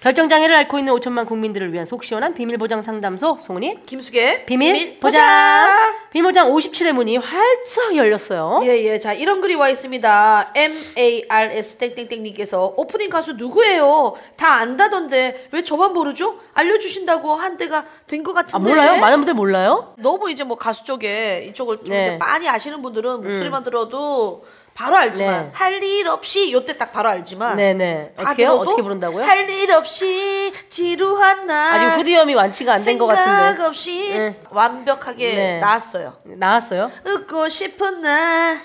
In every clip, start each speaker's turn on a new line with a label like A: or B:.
A: 결정 장애를 앓고 있는 5천만 국민들을 위한 속 시원한 비밀 보장 상담소 송은이
B: 김숙의
A: 비밀, 보장 비밀 보장 57회 문이 활짝 열렸어요.
B: 예예 자 이런 글이 와 있습니다 M A R S 땡땡땡님께서 오프닝 가수 누구예요 다 안다던데 왜 저만 모르죠 알려주신다고 한 때가 된 것 같은데 네.
A: 아 몰라요? 많은 분들 몰라요?
B: 너무 이제 뭐 가수 쪽에 이쪽을 좀
A: 네. 음.
B: 이제 많이 아시는 분들은 목소리만 들어도 바로 알지만
A: 네.
B: 할 일 없이 요때 딱 바로 알지만
A: 네네.
B: 다
A: 어떻게요?
B: 들어도
A: 어떻게 부른다고요?
B: 할 일 없이 지루한 날
A: 아직 후두염이 완치가 안 된 것 같은데
B: 생각 없이
A: 네.
B: 완벽하게
A: 네.
B: 나왔어요.
A: 나왔어요?
B: 웃고 싶은 나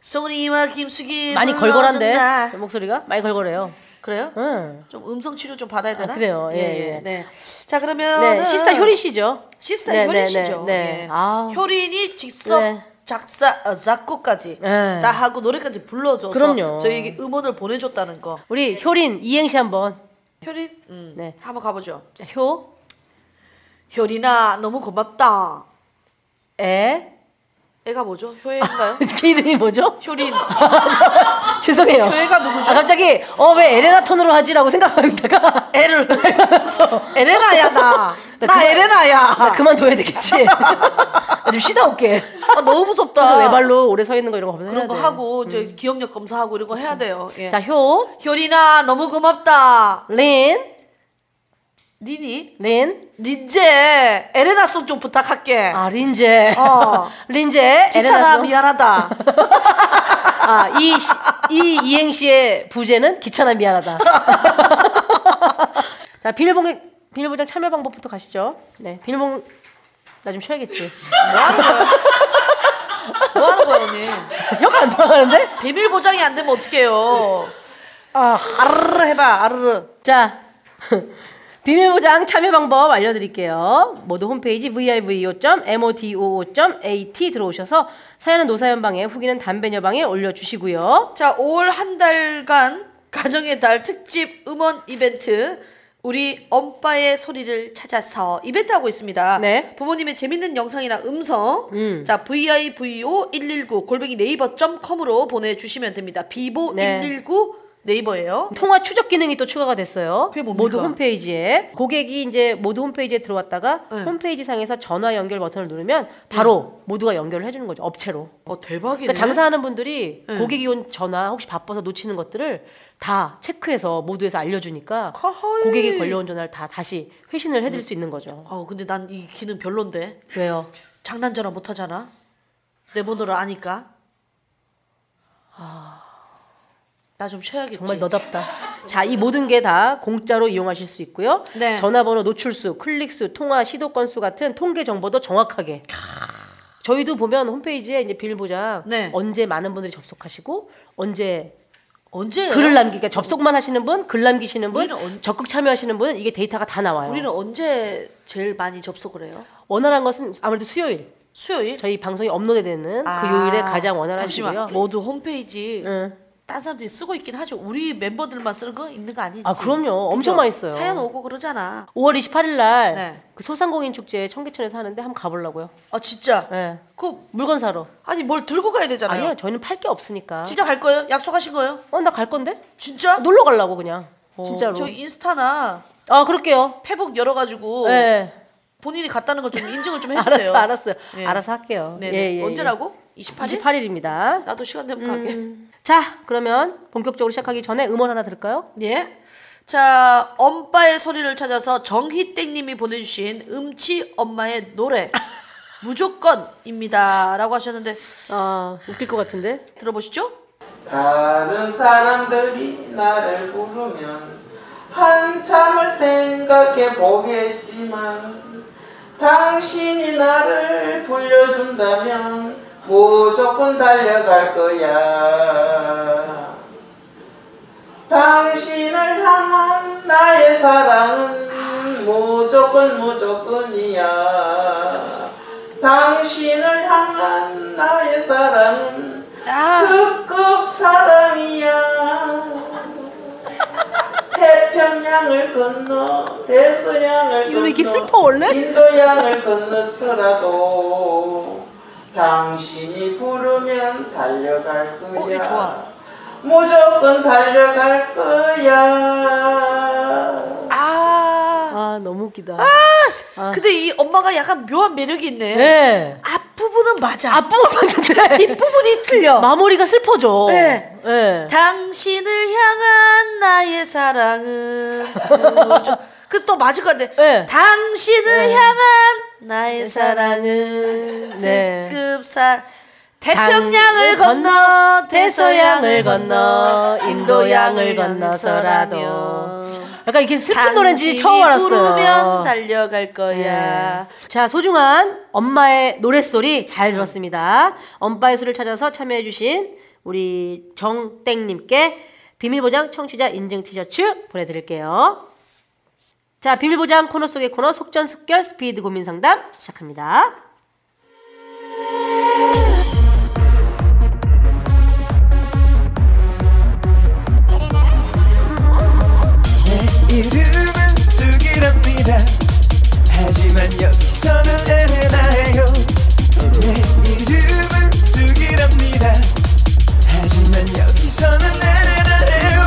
B: 송은이와 김숙이
A: 많이
B: 불러준
A: 걸걸한데
B: 나.
A: 목소리가 많이 걸걸해요.
B: 그래요?
A: 응.
B: 좀 음성 치료 좀 받아야 되나?
A: 그래요. 예, 예.
B: 네. 자 그러면
A: 네, 시스타 효리 씨죠.
B: 시스타
A: 네,
B: 효린
A: 네,
B: 씨죠.
A: 네, 네.
B: 예.
A: 아.
B: 효린이 직접
A: 네.
B: 작사 어, 작곡까지
A: 네.
B: 다 하고 노래까지 불러줘서
A: 그럼요.
B: 저희에게 음원을 보내줬다는 거.
A: 우리 효린 이행시 한번.
B: 효린, 음,
A: 네.
B: 한번 가보죠.
A: 자, 효,
B: 효린아 너무 고맙다.
A: 에.
B: 애가 뭐죠? 효애인가요?
A: 그 이름이 뭐죠?
B: 효린.
A: 죄송해요.
B: 효애가 누구죠?
A: 아, 갑자기 어 왜 에레나 톤으로 하지라고 생각하다가
B: 애를 에레나야 나. 나,
A: 그만-
B: 에레나야.
A: 나 그만둬야 되겠지. 나 좀 쉬다 올게.
B: 아, 너무 무섭다.
A: 그래서 외발로 오래 서 있는 거 이런 거
B: 그런
A: 해야
B: 거
A: 돼.
B: 하고 이제 기억력 검사하고 이런 거 해야 돼요. 예.
A: 자, 효,
B: 효린아 너무 고맙다.
A: 린,
B: 니니
A: 린,
B: 린제 에레나 송 좀 부탁할게.
A: 아 린제,
B: 어.
A: 린제,
B: 귀찮아
A: 송.
B: 미안하다.
A: 아, 이, 시- 이 이행시의 부제는 귀찮아 미안하다. 자, 비밀봉 비밀보장 참여 방법부터 가시죠. 네, 비밀봉 나 좀 쉬어야겠지.
B: 뭐 하는 거야? 뭐 하는 거야 언니?
A: 혀가 안 돌아가는데?
B: 비밀 보장이 안 되면 어떡해요? 아, 아르르 해봐 아르르.
A: 자, 비밀보장 참여 방법 알려드릴게요. 모두 홈페이지 vivo.modoo.at 들어오셔서 사연은 노사연 방에 후기는 담배녀 방에 올려주시고요.
B: 자, 5월 한 달간 가정의 달 특집 음원 이벤트 우리 엄빠의 소리를 찾아서 이벤트 하고 있습니다.
A: 네.
B: 부모님의 재밌는 영상이나 음성, 자 vivo 119 골뱅이 네이버 .com으로 보내주시면 됩니다. 비보
A: 네.
B: 119 네이버예요.
A: 통화 추적 기능이 또 추가가 됐어요.
B: 그게 뭡니까?
A: 모두 홈페이지에 고객이 이제 모두 홈페이지에 들어왔다가
B: 네.
A: 홈페이지 상에서 전화 연결 버튼을 누르면 바로 모두가 연결을 해주는 거죠 업체로.
B: 어 대박이네.
A: 그러니까 장사하는 분들이
B: 네.
A: 고객이 온 전화 혹시 바빠서 놓치는 것들을 다 체크해서 모두에서 알려주니까
B: 커허이.
A: 고객이 걸려온 전화를 다 다시 회신을 해드릴 수 있는 거죠.
B: 어 근데 난 이 기능 별론데
A: 왜요?
B: 장난 전화 못 하잖아. 내 번호를 아니까. 아, 나 좀 쉬어야겠지.
A: 정말 너답다. 자, 이 모든 게 다 공짜로 이용하실 수 있고요.
B: 네.
A: 전화번호 노출수, 클릭수, 통화 시도 건수 같은 통계 정보도 정확하게. 저희도 보면 홈페이지에 이제 비밀보장
B: 네.
A: 언제 많은 분들이 접속하시고 언제
B: 언제
A: 글을 남기니까 접속만 하시는 분, 글 남기시는 분,
B: 우리는 언-
A: 적극 참여하시는 분 이게 데이터가 다 나와요.
B: 우리는 언제 제일 많이 접속을 해요?
A: 원활한 것은 아무래도 수요일
B: 수요일.
A: 저희 방송이 업로드되는
B: 아,
A: 그 요일에 가장 원활하시고요. 뭐 예.
B: 잠시만. 모두 홈페이지
A: 응.
B: 딴 사람들이 쓰고 있긴 하죠. 우리 멤버들만 쓰는 거 있는 거 아니지?
A: 아 그럼요, 엄청
B: 그죠?
A: 많이 써요.
B: 사연 오고 그러잖아.
A: 5월 28일 날 그
B: 네.
A: 소상공인 축제 청계천에서 하는데 한번 가보려고요.
B: 아 진짜.
A: 예.
B: 그
A: 물건 사러.
B: 아니 뭘 들고 가야 되잖아요.
A: 아니요, 저희는 팔 게 없으니까.
B: 진짜 갈 거예요? 약속하신 거예요?
A: 어, 나 갈 건데?
B: 진짜?
A: 놀러 가려고 그냥.
B: 어,
A: 아, 진짜로.
B: 저 인스타나
A: 아, 그럴게요.
B: 페북 열어가지고
A: 예.
B: 본인이 갔다는 걸 좀 인증을 좀 해주세요.
A: 알았어, 알았어요.
B: 예.
A: 알아서 할게요.
B: 네.
A: 예, 예,
B: 언제라고? 28일?
A: 28일입니다. 음,
B: 나도 시간 되면 가게.
A: 자, 그러면 본격적으로 시작하기 전에 음원 하나 들을까요?
B: 예. 자, 엄빠의 소리를 찾아서 정희땡님이 보내주신 음치 엄마의 노래 무조건입니다라고 하셨는데
A: 아, 웃길 것 같은데.
B: 들어보시죠.
C: 다른 사람들이 나를 부르면 한참을 생각해 보겠지만 당신이 나를 불려준다면 무조건 달려갈 거야 당신을 향한 나의 사랑은 무조건 무조건이야 당신을 향한 나의 사랑은
B: 아,
C: 극급 사랑이야 태평양을 건너 대서양을
A: 이거 왜 이렇게
C: 건너
A: 슬퍼, 원래?
C: 인도양을 건너서라도 당신이 부르면 달려갈 거야
B: 어, 이거 좋아.
C: 무조건 달려갈 거야
A: 너무 웃기다. 아.
B: 아, 근데 이 엄마가 약간 묘한 매력이 있네.
A: 네.
B: 앞부분은 맞아.
A: 앞부분 네. 맞는데
B: 뒷부분이 틀려.
A: 마무리가 슬퍼져.
B: 네.
A: 네.
B: 당신을 향한 나의 사랑은 그또 맞을 것 같아.
A: 네.
B: 당신을 향한 나의 사랑은
A: 네.
B: 급사 태평양을
A: 당을
B: 건너
A: 대서양을
B: 대서양을
A: 건너
B: 건너
A: 인도양을
B: 인도양을
A: 건너서라도
B: 건너서라면
A: 약간 이게 슬픈 노래인지 처음 알았어요.
B: 부르면 달려갈 거야.
A: 네. 자, 소중한 엄마의 노랫소리 잘 들었습니다. 엄빠의 소리를 찾아서 참여해주신 우리 정땡님께 비밀보장 청취자 인증 티셔츠 보내드릴게요. 자, 비밀보장 코너 속의 코너 속전속결 스피드 고민 상담 시작합니다.
D: 이름은 숙이랍니다 하지만 여기서는 애나해요 내 이름은 숙이랍니다 하지만 여기서는 애나해요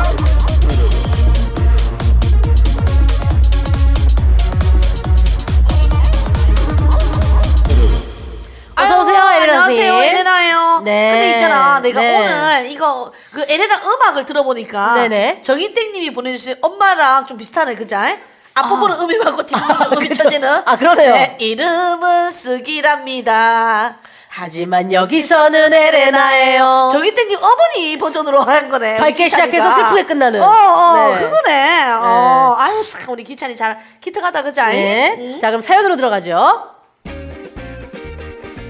A: 어서오세요,
B: 아유,
A: 에레나 선생님.
B: 안녕하세요, 에레나예요.
A: 네.
B: 근데 있잖아, 내가
A: 네.
B: 오늘 이거 그 에레나 음악을 들어보니까
A: 네네.
B: 정인땡님이 보내주신 엄마랑 좀 비슷하네, 그자? 앞부분은 음이 맞고 뒷부분은 음이
A: 그죠.
B: 쳐지는.
A: 아, 그러네요.
B: 내 이름은 쓰기랍니다.
A: 하지만 여기서는 에레나예요.
B: 정인땡님 어머니 버전으로 한 거네.
A: 밝게
B: 우리 기찬이가.
A: 시작해서 슬프게 끝나는.
B: 어, 어,
A: 네.
B: 그거네. 어, 아유 참 우리 기찬이 잘 기특하다, 그자?
A: 네. 자, 그럼 사연으로 들어가죠.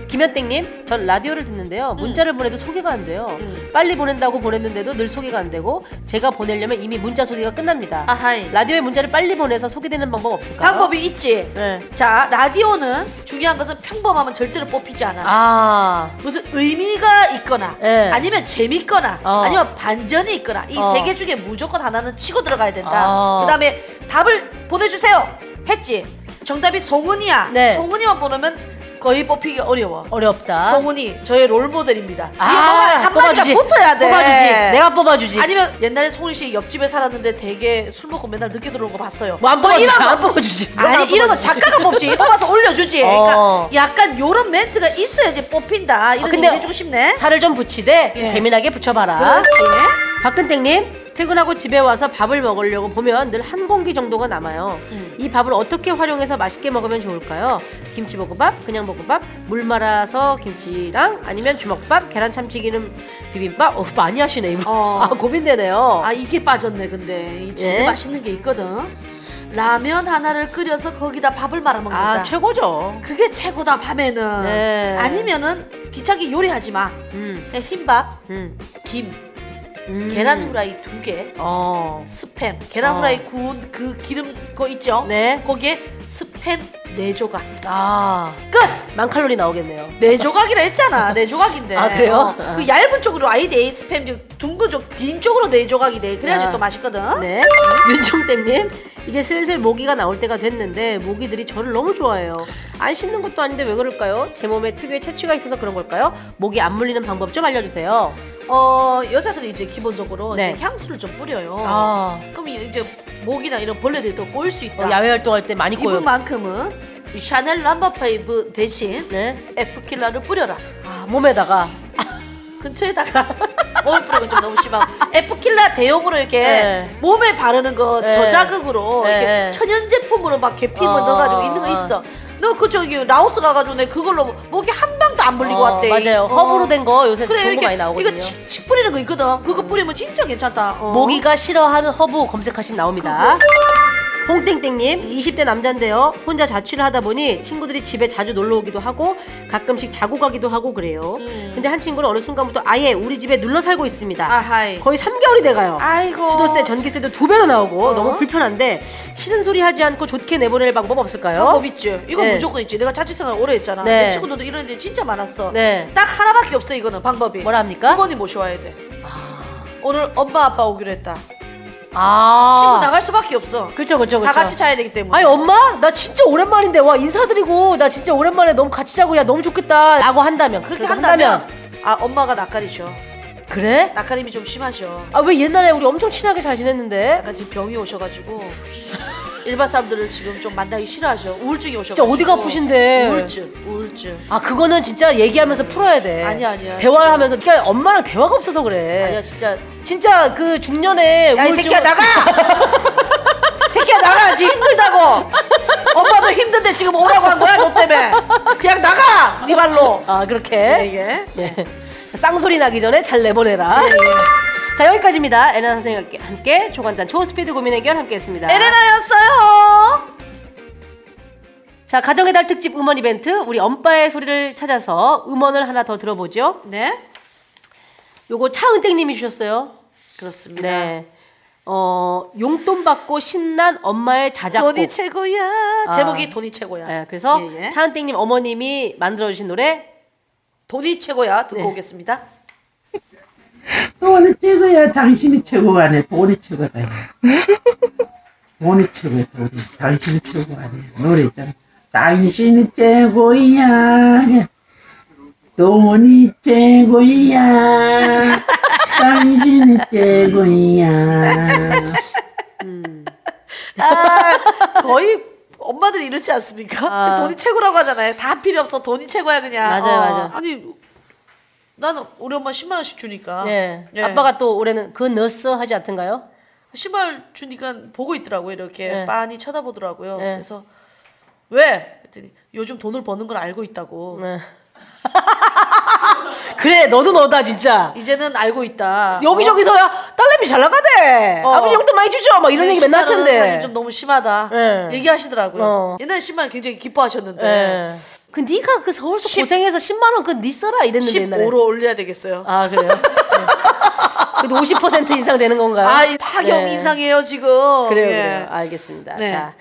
A: 김현땡님, 전 라디오를 듣는데요. 문자를 보내도 소개가 안 돼요.
B: 음.
A: 빨리 보낸다고 보냈는데도 늘 소개가 안 되고 제가 보내려면 이미 문자 소개가 끝납니다.
B: 아하이.
A: 라디오에 문자를 빨리 보내서 소개되는 방법 없을까요?
B: 방법이 있지.
A: 네.
B: 자, 라디오는 중요한 것은 평범하면 절대로 뽑히지 않아.
A: 아,
B: 무슨 의미가 있거나
A: 예.
B: 아니면 재밌거나
A: 어.
B: 아니면 반전이 있거나 이
A: 어.
B: 세 개 중에 무조건 하나는 치고 들어가야 된다.
A: 어.
B: 그다음에 답을 보내주세요 했지. 정답이 송은이야.
A: 네.
B: 송은이만 보내면 거의 뽑히기 어려워.
A: 어렵다.
B: 송은이 저의 롤모델입니다.
A: 아,
B: 이거 뭐 한 마디가
A: 뽑아주지.
B: 붙어야 돼.
A: 뽑아주지. 내가 뽑아주지.
B: 아니면 옛날에 송은이 씨 옆집에 살았는데 되게 술 먹고 맨날 늦게 들어온 거 봤어요.
A: 뭐안
B: 뭐
A: 뽑아주지.
B: 이런 거.
A: 안 뽑아주지.
B: 아니 이런 거 작가가 뽑지 뽑아서 올려주지
A: 어.
B: 그러니까 약간 요런 멘트가 있어야지 뽑힌다
A: 아,
B: 이런
A: 근데 아.
B: 얘기 해주고 싶네
A: 살을 좀 붙이되
B: 예.
A: 재미나게 붙여봐라. 박근택님 퇴근하고 집에 와서 밥을 먹으려고 보면 늘 한 공기 정도가 남아요.
B: 음.
A: 이 밥을 어떻게 활용해서 맛있게 먹으면 좋을까요? 김치볶음밥, 그냥 볶음밥, 물 말아서 김치랑 아니면 주먹밥, 계란 참치기름 비빔밥. 어 많이 하시네 이분.
B: 어.
A: 아 고민되네요.
B: 아 이게 빠졌네 근데 이 제일
A: 예?
B: 맛있는 게 있거든 라면 하나를 끓여서 거기다 밥을 말아 먹는다
A: 아, 최고죠.
B: 그게 최고다 밤에는
A: 네.
B: 아니면은 귀찮게 요리하지 마
A: 음,
B: 그냥 흰밥
A: 음,
B: 김
A: 음.
B: 계란 후라이 두개
A: 어.
B: 스팸 계란
A: 어.
B: 후라이 구운 그 기름 거 있죠
A: 네.
B: 거기에 스팸 네 조각
A: 아.
B: 끝
A: 만 칼로리 나오겠네요.
B: 네 조각이라 했잖아. 네 조각인데.
A: 아, 그래요?
B: 어,
A: 아.
B: 그 얇은 쪽으로 아이데 스팸 즉 둥근 쪽긴 쪽으로 네 조각이 돼. 그래야지
A: 아.
B: 또 맛있거든.
A: 네. 윤종땡님, 이제 슬슬 모기가 나올 때가 됐는데 모기들이 저를 너무 좋아해요. 안 씻는 것도 아닌데 왜 그럴까요? 제 몸에 특유의 채취가 있어서 그런 걸까요? 모기 안 물리는 방법 좀 알려주세요.
B: 어 여자들이 이제 기본적으로
A: 네.
B: 이제 향수를 좀 뿌려요.
A: 아,
B: 그럼 이제 모기나 이런 벌레들이 또 꼬일 수
A: 어,
B: 있다.
A: 야외 활동할 때 많이 꼬여.
B: 이분만큼은 이 샤넬 람바 파이브 대신
A: 네.
B: 에프킬라를 뿌려라.
A: 아, 몸에다가.
B: 근처에다가 오일 뿌리고 좀 너무 심하고 에프킬라 대용으로 이렇게
A: 네.
B: 몸에 바르는 거
A: 네.
B: 저자극으로
A: 네.
B: 이렇게 천연 제품으로 막 개피물
A: 어,
B: 넣어가지고 있는 거
A: 어.
B: 있어. 너 그 저기 라오스 가가지고 내 그걸로 목에 한 방도 안 물리고
A: 어,
B: 왔대.
A: 맞아요.
B: 어.
A: 허브로 된 거 요새
B: 그래
A: 좋은 거
B: 이렇게
A: 많이 나오거든요. 음.
B: 이거 칙, 칙 뿌리는 거 있거든. 그거 뿌리면 진짜 괜찮다. 어.
A: 모기가 싫어하는 허브 검색하시면 나옵니다. 홍땡땡님, 20대 남잔데요. 혼자 자취를 하다 보니 친구들이 집에 자주 놀러 오기도 하고 가끔씩 자고 가기도 하고 그래요.
B: 음.
A: 근데 한 친구는 어느 순간부터 아예 우리 집에 눌러 살고 있습니다.
B: 아하이.
A: 거의 3개월이 돼가요.
B: 아이고.
A: 수도세, 전기세도 두 배로 나오고
B: 어?
A: 너무 불편한데 싫은 소리 하지 않고 좋게 내보낼 방법 없을까요?
B: 방법 있지. 이건
A: 네.
B: 무조건 있지. 내가 자취생활 오래 했잖아.
A: 네.
B: 내 친구들도 이런 애들 진짜 많았어.
A: 네.
B: 딱 하나밖에 없어 이거는 방법이.
A: 뭐라 합니까?
B: 부모님 모셔와야 돼. 오늘 엄마 아빠 오기로 했다.
A: 아.
B: 친구 나갈 수밖에 없어.
A: 그렇죠, 그렇죠,
B: 다
A: 그렇죠.
B: 같이 자야 되기 때문에.
A: 아니 엄마 나 진짜 오랜만인데 와 인사드리고 나 진짜 오랜만에 너무 같이 자고 야 너무 좋겠다 라고 한다면
B: 그렇게
A: 그래도
B: 한다면, 아 엄마가 낯가리셔.
A: 그래?
B: 낯가림이 좀 심하셔.
A: 아 왜 옛날에 우리 엄청 친하게 잘 지냈는데
B: 약간 지금 병이 오셔가지고 일반 사람들을 지금 좀 만나기 싫어하셔. 우울증이 오셔.
A: 진짜 어디가 아프신데.
B: 우울증, 우울증.
A: 아 그거는 진짜 얘기하면서 풀어야 돼.
B: 아니야, 아니야.
A: 대화를 하면서 그러니까 엄마랑 대화가 없어서 그래.
B: 아니야 진짜.
A: 진짜 그 중년에
B: 야 이
A: 우울증-
B: 새끼야 나가! 새끼야 나가 지금 힘들다고. 엄마도 힘든데 지금 오라고 한 거야 너 때문에. 그냥 나가 네 발로.
A: 아 그렇게.
B: 이게.
A: 예. 쌍소리 나기 전에 잘 내보내라.
B: 예,
A: 자 여기까지입니다. 에나 선생님과 함께- 함께 초간단 초스피드 고민 해결 함께했습니다.
B: 에레나였어요.
A: 자 가정의 달 특집 음원 이벤트 우리 엄빠의 소리를 찾아서 음원을 하나 더 들어보죠.
B: 네
A: 요거 차은땡님이 주셨어요.
B: 그렇습니다.
A: 네. 어 용돈 받고 신난 엄마의 자작곡.
B: 돈이 최고야.
A: 아.
B: 제목이 돈이 최고야.
A: 예, 그래서
B: 예, 예.
A: 차은땡님 어머님이 만들어주신 노래
B: 돈이 최고야 듣고
A: 네.
B: 오겠습니다.
C: 돈이 최고야. 당신이 최고가 아니야. 돈이 최고다. 돈이 최고야. 돈이. 당신이 최고가 아니야. 노래 있잖아. 당신이 최고야. 돈이 최고야. 당신이 최고야.
B: 아, 거의 엄마들 이러지 않습니까?
A: 아.
B: 돈이 최고라고 하잖아요. 다 필요 없어. 돈이 최고야 그냥. 어.
A: 맞아요, 맞아요.
B: 아니 나는 우리 엄마 10만 원씩 주니까.
A: 예. 아빠가 또 올해는 그 넣었어 하지 않던가요?
B: 10만 원 주니까 보고 있더라고요. 이렇게
A: 예.
B: 빤히 쳐다보더라고요.
A: 예.
B: 그래서 왜? 그랬더니 요즘 돈을 버는 걸 알고 있다고.
A: 네. 그래 너도 너다 진짜
B: 이제는 알고 있다.
A: 여기저기서야 딸내미 잘 나가대
B: 어.
A: 아버지 용돈 많이 주죠 막 이런 얘기 맨날 할
B: 10만 원은
A: 텐데
B: 사실 좀 너무 심하다.
A: 예.
B: 얘기하시더라고요.
A: 어.
B: 옛날에 10만 원 굉장히 기뻐하셨는데
A: 예. 그 네가 그 서울서
B: 십-
A: 고생해서 10만 원 그 네 써라 이랬는데 옛날에
B: 15로 올려야 되겠어요.
A: 아 그래요? 네. 그래도 50% 인상 되는 건가요?
B: 아, 이 파격
A: 네.
B: 인상이에요 지금.
A: 그래요,
B: 예.
A: 그래요. 알겠습니다.
B: 네.
A: 자,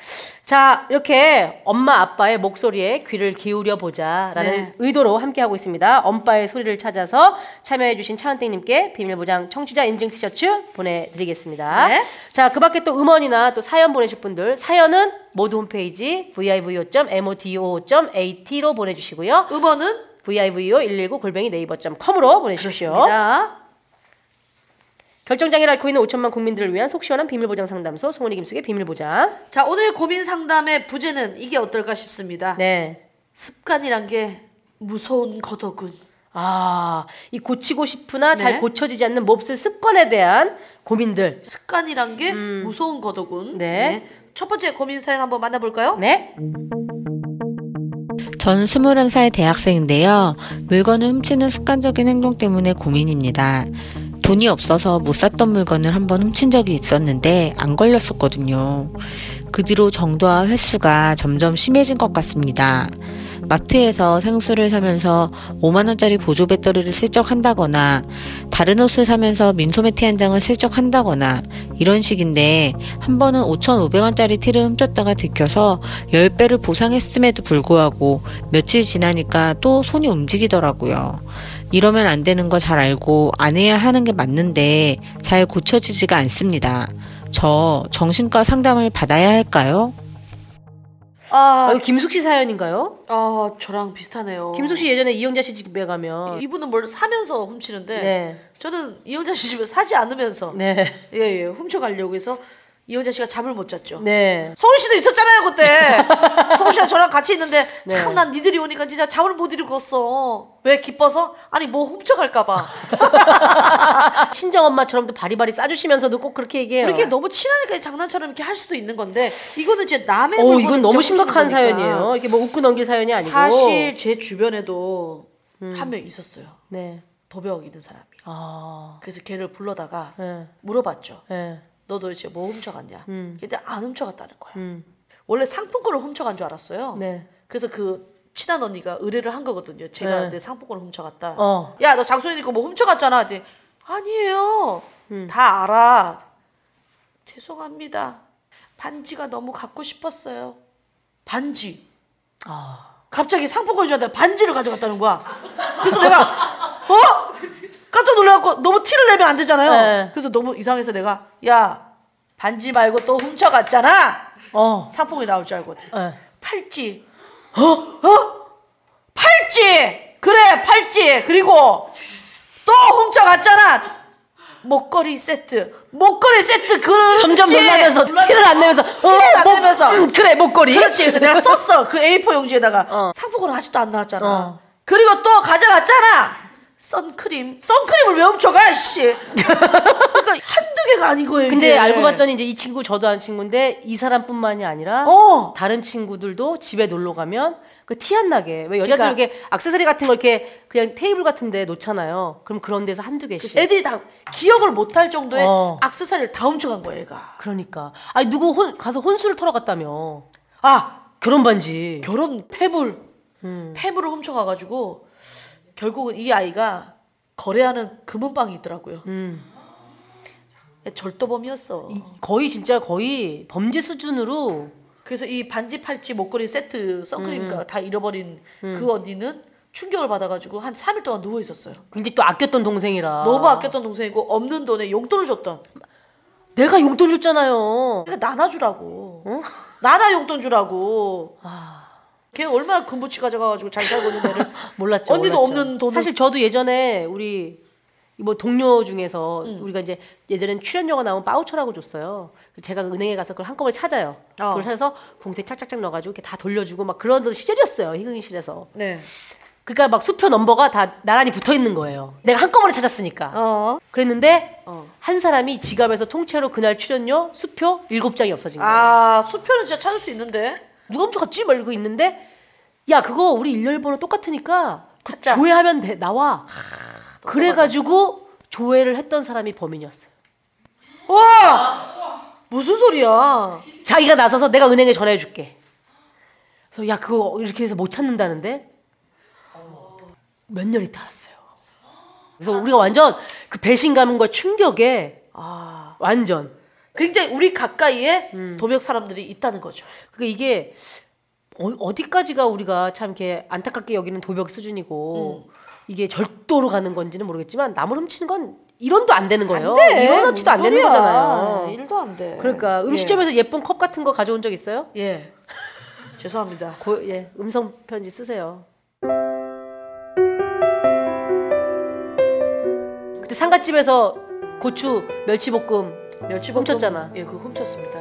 A: 자 이렇게 엄마 아빠의 목소리에 귀를 기울여 보자라는
B: 네.
A: 의도로 함께 하고 있습니다. 엄빠의 소리를 찾아서 참여해주신 차은택님께 비밀보장 청취자 인증 티셔츠 보내드리겠습니다.
B: 네.
A: 자, 그밖에 또 음원이나 또 사연 보내실 분들 사연은 모두 홈페이지 vivo.modo.at로 보내주시고요.
B: 음원은
A: vivo 119 골뱅이 네이버.com으로 보내주십시오.
B: 그렇습니다.
A: 결정장애를 앓고 있는 5천만 국민들을 위한 속 시원한 비밀보장 상담소 송은이 김숙의 비밀보장.
B: 자 오늘 고민 상담의 부제는 이게 어떨까 싶습니다.
A: 네.
B: 습관이란 게 무서운 거더군.
A: 아, 이 고치고 싶으나
B: 네.
A: 잘 고쳐지지 않는 몹쓸 습관에 대한 고민들.
B: 습관이란 게 무서운 거더군.
A: 음.
B: 예.
A: 네.
B: 첫 번째 고민 사연 한번 만나볼까요?
A: 네.
E: 전 21살 대학생인데요. 물건을 훔치는 습관적인 행동 때문에 고민입니다. 돈이 없어서 못 샀던 물건을 한번 훔친 적이 있었는데 안 걸렸었거든요. 그 뒤로 정도와 횟수가 점점 심해진 것 같습니다. 마트에서 생수를 사면서 5만원짜리 보조 배터리를 슬쩍 한다거나 다른 옷을 사면서 민소매 티 한 장을 슬쩍 한다거나 이런 식인데 한 번은 5,500원짜리 티를 훔쳤다가 들켜서 10배를 보상했음에도 불구하고 며칠 지나니까 또 손이 움직이더라고요. 이러면 안 되는 거 잘 알고 안 해야 하는 게 맞는데 잘 고쳐지지가 않습니다. 저 정신과 상담을 받아야 할까요?
A: 아,
B: 아,
A: 이거 김숙 씨 사연인가요?
B: 아 저랑 비슷하네요. 어,
A: 김숙 씨 예전에 이영자 씨 집에 가면
B: 이분은 뭘 사면서 훔치는데
A: 네.
B: 저는 이영자 씨 집에 사지 않으면서
A: 네.
B: 예예 훔쳐가려고 해서 이영자 씨가 잠을 못 잤죠.
A: 네.
B: 성훈 씨도 있었잖아요 그때. 성훈 씨랑 저랑 같이 있는데
A: 네.
B: 참 난 니들이 오니까 진짜 잠을 못 이루겠어. 왜 기뻐서? 아니 뭐 훔쳐갈까봐.
A: 아, 친정 엄마처럼 또 바리바리 싸주시면서도 꼭 그렇게 얘기해요.
B: 이렇게 너무 친하니까 장난처럼 이렇게 할 수도 있는 건데 이거는 제 남의
A: 어,
B: 물건을
A: 이건 너무
B: 직접 훔치는
A: 심각한
B: 거니까.
A: 사연이에요. 이게 뭐 웃고 넘길 사연이 아니고.
B: 사실 제 주변에도 한 명 있었어요.
A: 네.
B: 도벽 있는 사람이.
A: 아.
B: 그래서 걔를 불러다가
A: 네.
B: 물어봤죠.
A: 네.
B: 너 도대체 뭐 훔쳐갔냐?
A: 음.
B: 근데 안 훔쳐갔다는 거야. 원래 상품권을 훔쳐간 줄 알았어요.
A: 네.
B: 그래서 그 친한 언니가 의뢰를 한 거거든요. 제가 내 상품권을 훔쳐갔다.
A: 어.
B: 야, 너 장소연이 거뭐 훔쳐갔잖아. 그랬더니, 아니에요.
A: 음.
B: 다 알아. 죄송합니다. 반지가 너무 갖고 싶었어요. 반지. 갑자기 상품권 주한테 반지를 가져갔다는 거야. 그래서 내가 어? 깜짝 놀라갖고 너무 티를 내면 안 되잖아요.
A: 네.
B: 그래서 너무 이상해서 내가 야 반지 말고 또 훔쳐갔잖아.
A: 어.
B: 상품이 나올 줄 알거든.
A: 네.
B: 팔찌. 어? 어? 팔찌! 그래, 팔찌! 그리고 또 훔쳐갔잖아! 목걸이 세트, 목걸이 세트 그
A: 점점 놀라면서 티를 안 내면서 어,
B: 티를 안
A: 목-
B: 내면서.
A: 음, 그래 목걸이
B: 그렇지. 그래서 내가 썼어. 그 A4 용지에다가 상품권 아직도 안 나왔잖아.
A: 어.
B: 그리고 또 가져갔잖아. 선크림. 선크림을 왜 훔쳐가? 씨. 그러니까 한두 개가 아닌 거예요.
A: 근데
B: 이게.
A: 알고 봤더니 이제 이 친구 저도 아는 친구인데 이 사람뿐만이 아니라
B: 어.
A: 다른 친구들도 집에 놀러 가면 그 티 안 나게 왜 여자들
B: 그러니까.
A: 이렇게 액세서리 같은 거 이렇게 그냥 테이블 같은 데 놓잖아요. 그럼 그런 데서 한두 개씩.
B: 애들이 다 기억을 못할 정도의
A: 어.
B: 악세사리를 다 훔쳐간 거야, 얘가.
A: 그러니까 아니 누구 혼, 가서 혼수를 털어 갔다며.
B: 아,
A: 결혼 반지.
B: 결혼 폐물
A: 음.
B: 폐물을 훔쳐가가지고 결국은 이 아이가 거래하는 금은방이 있더라고요. 절도범이었어.
A: 음. 이- 거의 진짜 거의 범죄 수준으로
B: 그래서 이 반지 팔찌 목걸이 세트 선크림 음. 다 잃어버린 그 언니는 충격을 받아가지고 한 3일 동안 누워 있었어요.
A: 굉장히 또 아꼈던 동생이라.
B: 너무 아꼈던 동생이고 없는 돈에 용돈을 줬던.
A: 내가 용돈 줬잖아요.
B: 그러니까 나눠주라고.
A: 어?
B: 나나 용돈 주라고.
A: 아.
B: 걔 얼마나 금붙이 가져가가지고 잘 살고 있는 애를
A: 몰랐죠.
B: 언니도
A: 몰랐죠.
B: 없는 돈을
A: 사실 저도 예전에 우리 뭐 동료 중에서
B: 음.
A: 우리가 이제 예전엔 출연료가 나온 바우처라고 줬어요. 그래서 제가 은행에 가서 그걸 한꺼번에 찾아요.
B: 어.
A: 그걸 찾아서 봉투에 착착착 넣어가지고 이렇게 다 돌려주고 막 그런 시절이었어요. 희극실에서.
B: 네.
A: 그러니까 막 수표 넘버가 다 나란히 붙어 있는 거예요. 내가 한꺼번에 찾았으니까.
B: 어.
A: 그랬는데 한 사람이 지갑에서 통째로 그날 출연료 수표 일곱 장이 없어진 거예요.
B: 아 수표는 진짜 찾을 수 있는데.
A: 누가 훔쳐갔지? 막 이러고 있는데 야 그거 우리 일렬번호 똑같으니까 그
B: 찾자.
A: 조회하면 돼 나와 그래가지고 조회를 했던 사람이 범인이었어요
B: 와 무슨 소리야?
A: 자기가 나서서 내가 은행에 전화해줄게 그래서 야 그거 이렇게 해서 못 찾는다는데 몇 년이 달았어요 그래서 우리가 완전 그 배신감과 충격에
B: 아.
A: 완전
B: 굉장히 우리 가까이에
A: 음.
B: 도벽 사람들이 있다는 거죠.
A: 그러니까 이게 어, 어디까지가 우리가 참 이렇게 안타깝게 여기는 도벽 수준이고 이게 절도로 가는 건지는 모르겠지만 남을 훔치는 건 이론도 안 되는 거예요.
B: 네.
A: 이론어치도 안 되는 거잖아요.
B: 일도 안 돼.
A: 그러니까 음식점에서 예쁜 컵 같은 거 가져온 적 있어요?
B: 예. 예. 죄송합니다.
A: 고, 예, 음성 편지 쓰세요. 그때 상가집에서 고추 멸치볶음
B: 멸치
A: 훔쳤잖아.
B: 예, 그거 훔쳤습니다.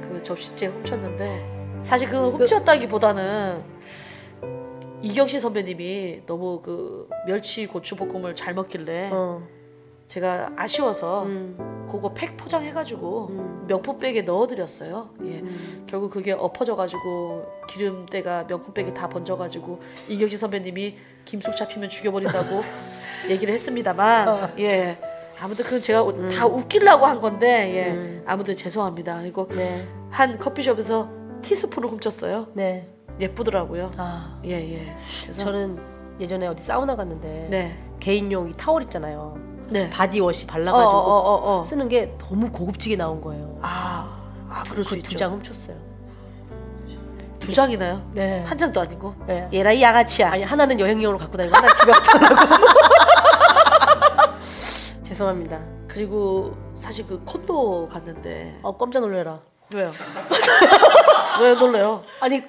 B: 그 접시째 훔쳤는데 사실 그 훔쳤다기보다는 이경신 선배님이 너무 그 멸치 고추 볶음을 잘 먹길래
A: 어,
B: 제가 아쉬워서
A: 음,
B: 그거 팩 포장해가지고
A: 음.
B: 명품백에 넣어드렸어요. 예. 결국 그게 엎어져가지고 기름때가 명품백에 다 번져가지고 이경진 선배님이 김숙 잡히면 죽여버린다고 얘기를 했습니다만
A: 어.
B: 예 아무튼 그건 제가 우-
A: 음.
B: 다 웃기려고 한 건데 예 아무튼 죄송합니다. 그리고
A: 네,
B: 한 커피숍에서 티스푼을 훔쳤어요.
A: 네.
B: 예쁘더라고요.
A: 아,
B: 예예. 그래서
A: 저는 예전에 어디 사우나 갔는데
B: 네
A: 개인용 이 타월 있잖아요.
B: 네.
A: 바디워시 발라가지고
B: 어어어어.
A: 쓰는 게 너무 고급지게 나온 거예요.
B: 아, 아 그럴 수
A: 그
B: 있죠.
A: 두 장 훔쳤어요.
B: 두 장이나요?
A: 네.
B: 한 예. 장도 아니고.
A: 네.
B: 얘라 이 양아치야.
A: 아니 하나는 여행용으로 갖고 다니고 하나 집에 갖다 놓고. 죄송합니다.
B: 그리고 사실 그 콘도 갔는데
A: 어 깜짝 놀래라.
B: 왜요? 왜 놀래요?
A: 아니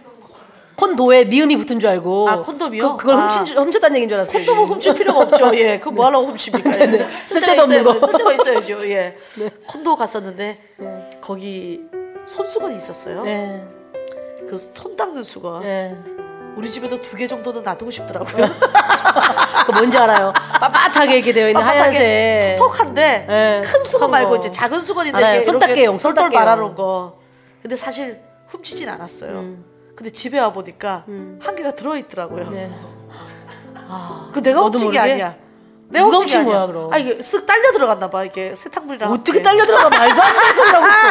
A: 콘도에 니은이 붙은 줄 알고.
B: 아, 콘돔이요?
A: 그, 걸
B: 아.
A: 훔친 줄, 훔쳤다는 얘기인 줄 알았어요.
B: 콘돔은 뭐 훔칠 필요가 없죠. 예, 그거 뭐 하려고 훔칩니까? 예.
A: 쓸데도 없는
B: 있어야죠.
A: 거.
B: 쓸데가 있어야죠. 예, 콘도 갔었는데 거기 손수건이 있었어요.
A: 네.
B: 그 손 닦는 수건.
A: 네.
B: 우리 집에도 두 개 정도는 놔두고 싶더라고요.
A: 그 뭔지 알아요. 빳빳하게 이렇게 되어 있는 하얀색.
B: 톡톡한데
A: 예,
B: 큰 수건
A: 큰 거.
B: 말고 이제 작은 수건인데
A: 알아요.
B: 이렇게
A: 손
B: 이렇게
A: 닦개용, 손
B: 똘똘
A: 닦개용.
B: 말아놓은 거. 근데 사실 훔치진 않았어요. 근데 집에 와 보니까 한 개가 들어 있더라고요.
A: 음. 네.
B: 그 내가
A: 너도
B: 훔친 게
A: 모르게?
B: 아니야. 내가
A: 누가
B: 훔친 게
A: 훔친 거야,
B: 아니야.
A: 그럼?
B: 아 이게 쓱 딸려 들어갔나 봐. 이게 세탁물이랑 예.
A: 어떻게 딸려 들어가 말도 안 되는 소리라고 했어.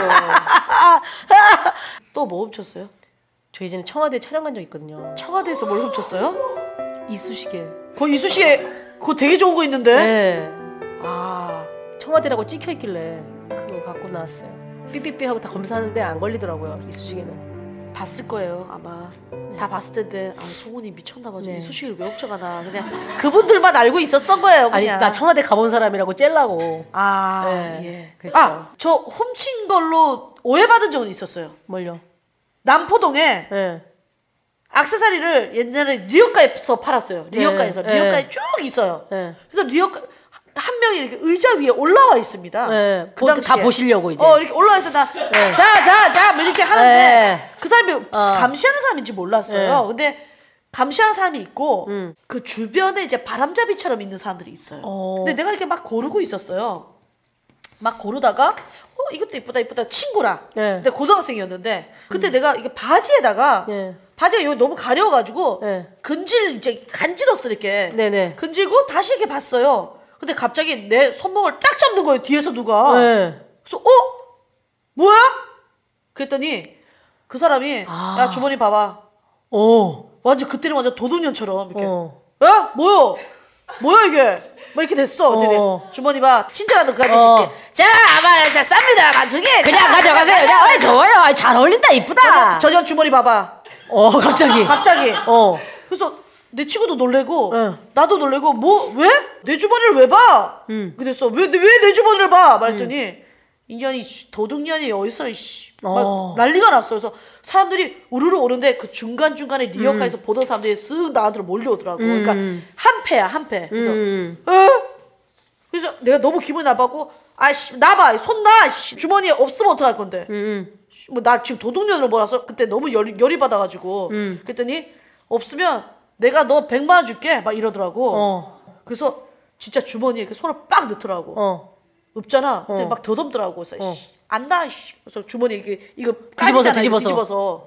B: 또뭐 훔쳤어요?
A: 저 예전에 청와대 촬영 간 적 있거든요.
B: 청와대에서 뭘 훔쳤어요?
A: 이쑤시개.
B: 그 이수 씨의 그거 되게 좋은 거 있는데.
A: 네.
B: 아
A: 청와대라고 찍혀 있길래 그거 갖고 나왔어요. 삐삐삐 하고 다 검사하는데 안 걸리더라고요. 이쑤시개는.
B: 봤을 거예요 아마. 다 봤을 텐데 아 송은이 미쳤나 봐.
A: 네.
B: 이수 씨를 왜 훔쳐가나. 그냥 그분들만 알고 있었던 거예요. 그냥.
A: 아니 나 청와대 가본 사람이라고 째려고
B: 아,
A: 네,
B: 예.
A: 그랬죠.
B: 아, 저 훔친 걸로 오해받은 적은 있었어요.
A: 뭘요?
B: 남포동에
A: 예.
B: 악세사리를 옛날에 리어가에서 팔았어요. 리어가에서
A: 네,
B: 리어가에 쭉 있어요.
A: 네.
B: 그래서 리어가 한 명이 이렇게 의자 위에 올라와 있습니다.
A: 네,
B: 그
A: 보-
B: 당시에.
A: 다 보시려고 이제.
B: 어 이렇게 올라와서 나
A: 네.
B: 자, 자, 자, 뭐 이렇게 하는데
A: 네.
B: 그 사람이 감시하는 사람인지 몰랐어요.
A: 네. 음.
B: 근데 감시하는 사람이 있고 그 주변에 이제 바람잡이처럼 있는 사람들이 있어요.
A: 어.
B: 근데 내가 이렇게 막 고르고 있었어요. 막 고르다가 어 이것도 이쁘다 이쁘다 친구랑
A: 네. 음.
B: 근데 고등학생이었는데 그때 내가 이게 바지에다가
A: 네.
B: 바지가 여기 너무 가려워가지고
A: 네.
B: 근질 이제 간질었어 이렇게
A: 네네.
B: 근질고 다시 이렇게 봤어요. 근데 갑자기 내 손목을 딱 잡는 거예요 뒤에서 누가.
A: 네.
B: 그래서 어 뭐야? 그랬더니 그 사람이
A: 아.
B: 야 주머니 봐봐.
A: 오.
B: 완전 그때는 완전 도둑년처럼 이렇게
A: 어.
B: 야 뭐야 뭐야 이게 막 이렇게 됐어. 근데
A: 어.
B: 내 주머니 봐 친절하던 그
A: 어.
B: 아저씨 있지. 자 아마 자 쌉니다 만두개
A: 그냥 가져가세요. 그냥 아, 좋아요. 아, 잘 어울린다. 이쁘다.
B: 저년 주머니 봐봐.
A: 어, 갑자기.
B: 갑자기.
A: 어.
B: 그래서 내 친구도 놀래고
A: 응.
B: 나도 놀래고 뭐 왜? 내 주머니를 왜 봐? 그랬어 왜왜 내 주머니를 봐? 말했더니 인연이 씨, 도둑년이 어디서 이씨 막
A: 어.
B: 난리가 났어. 그래서 사람들이 우르르 오는데 그 중간 중간에 리어카에서 보던 사람들이 쓱 나한테 몰려오더라고. 그러니까 한 패야 한 패. 그래서
A: 음.
B: 에? 어? 그래서 내가 너무 기분 나빠고 아씨 나봐 손나 주머니에 없으면 어떡할 건데.
A: 음.
B: 뭐 나 지금 도둑년으로 몰아서 그때 너무 열이, 열이 받아가지고
A: 음.
B: 그랬더니 없으면 내가 너 100만 원 줄게 막 이러더라고
A: 어.
B: 그래서 진짜 주머니에 이렇게 손을 빡 넣더라고
A: 어.
B: 없잖아 근데 막 더듬더라고 그래서 씨, 안나 씨. 그래서 주머니에 이게 이거
A: 뒤집어서,
B: 까지잖아 뒤집어서,
A: 뒤집어서.
B: 뒤집어서.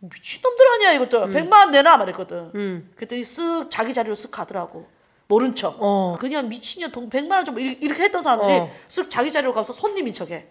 B: 미친놈들 아니야
A: 음.
B: 이것도 100만 원 내놔 말했거든 그랬더니 쓱 자기 자리로 쓱 가더라고 모른 척
A: 어.
B: 그냥 미친년 돈 100만 원 좀 이렇게 했던 사람들이
A: 어.
B: 쓱 자기 자리로 가서 손님인 척해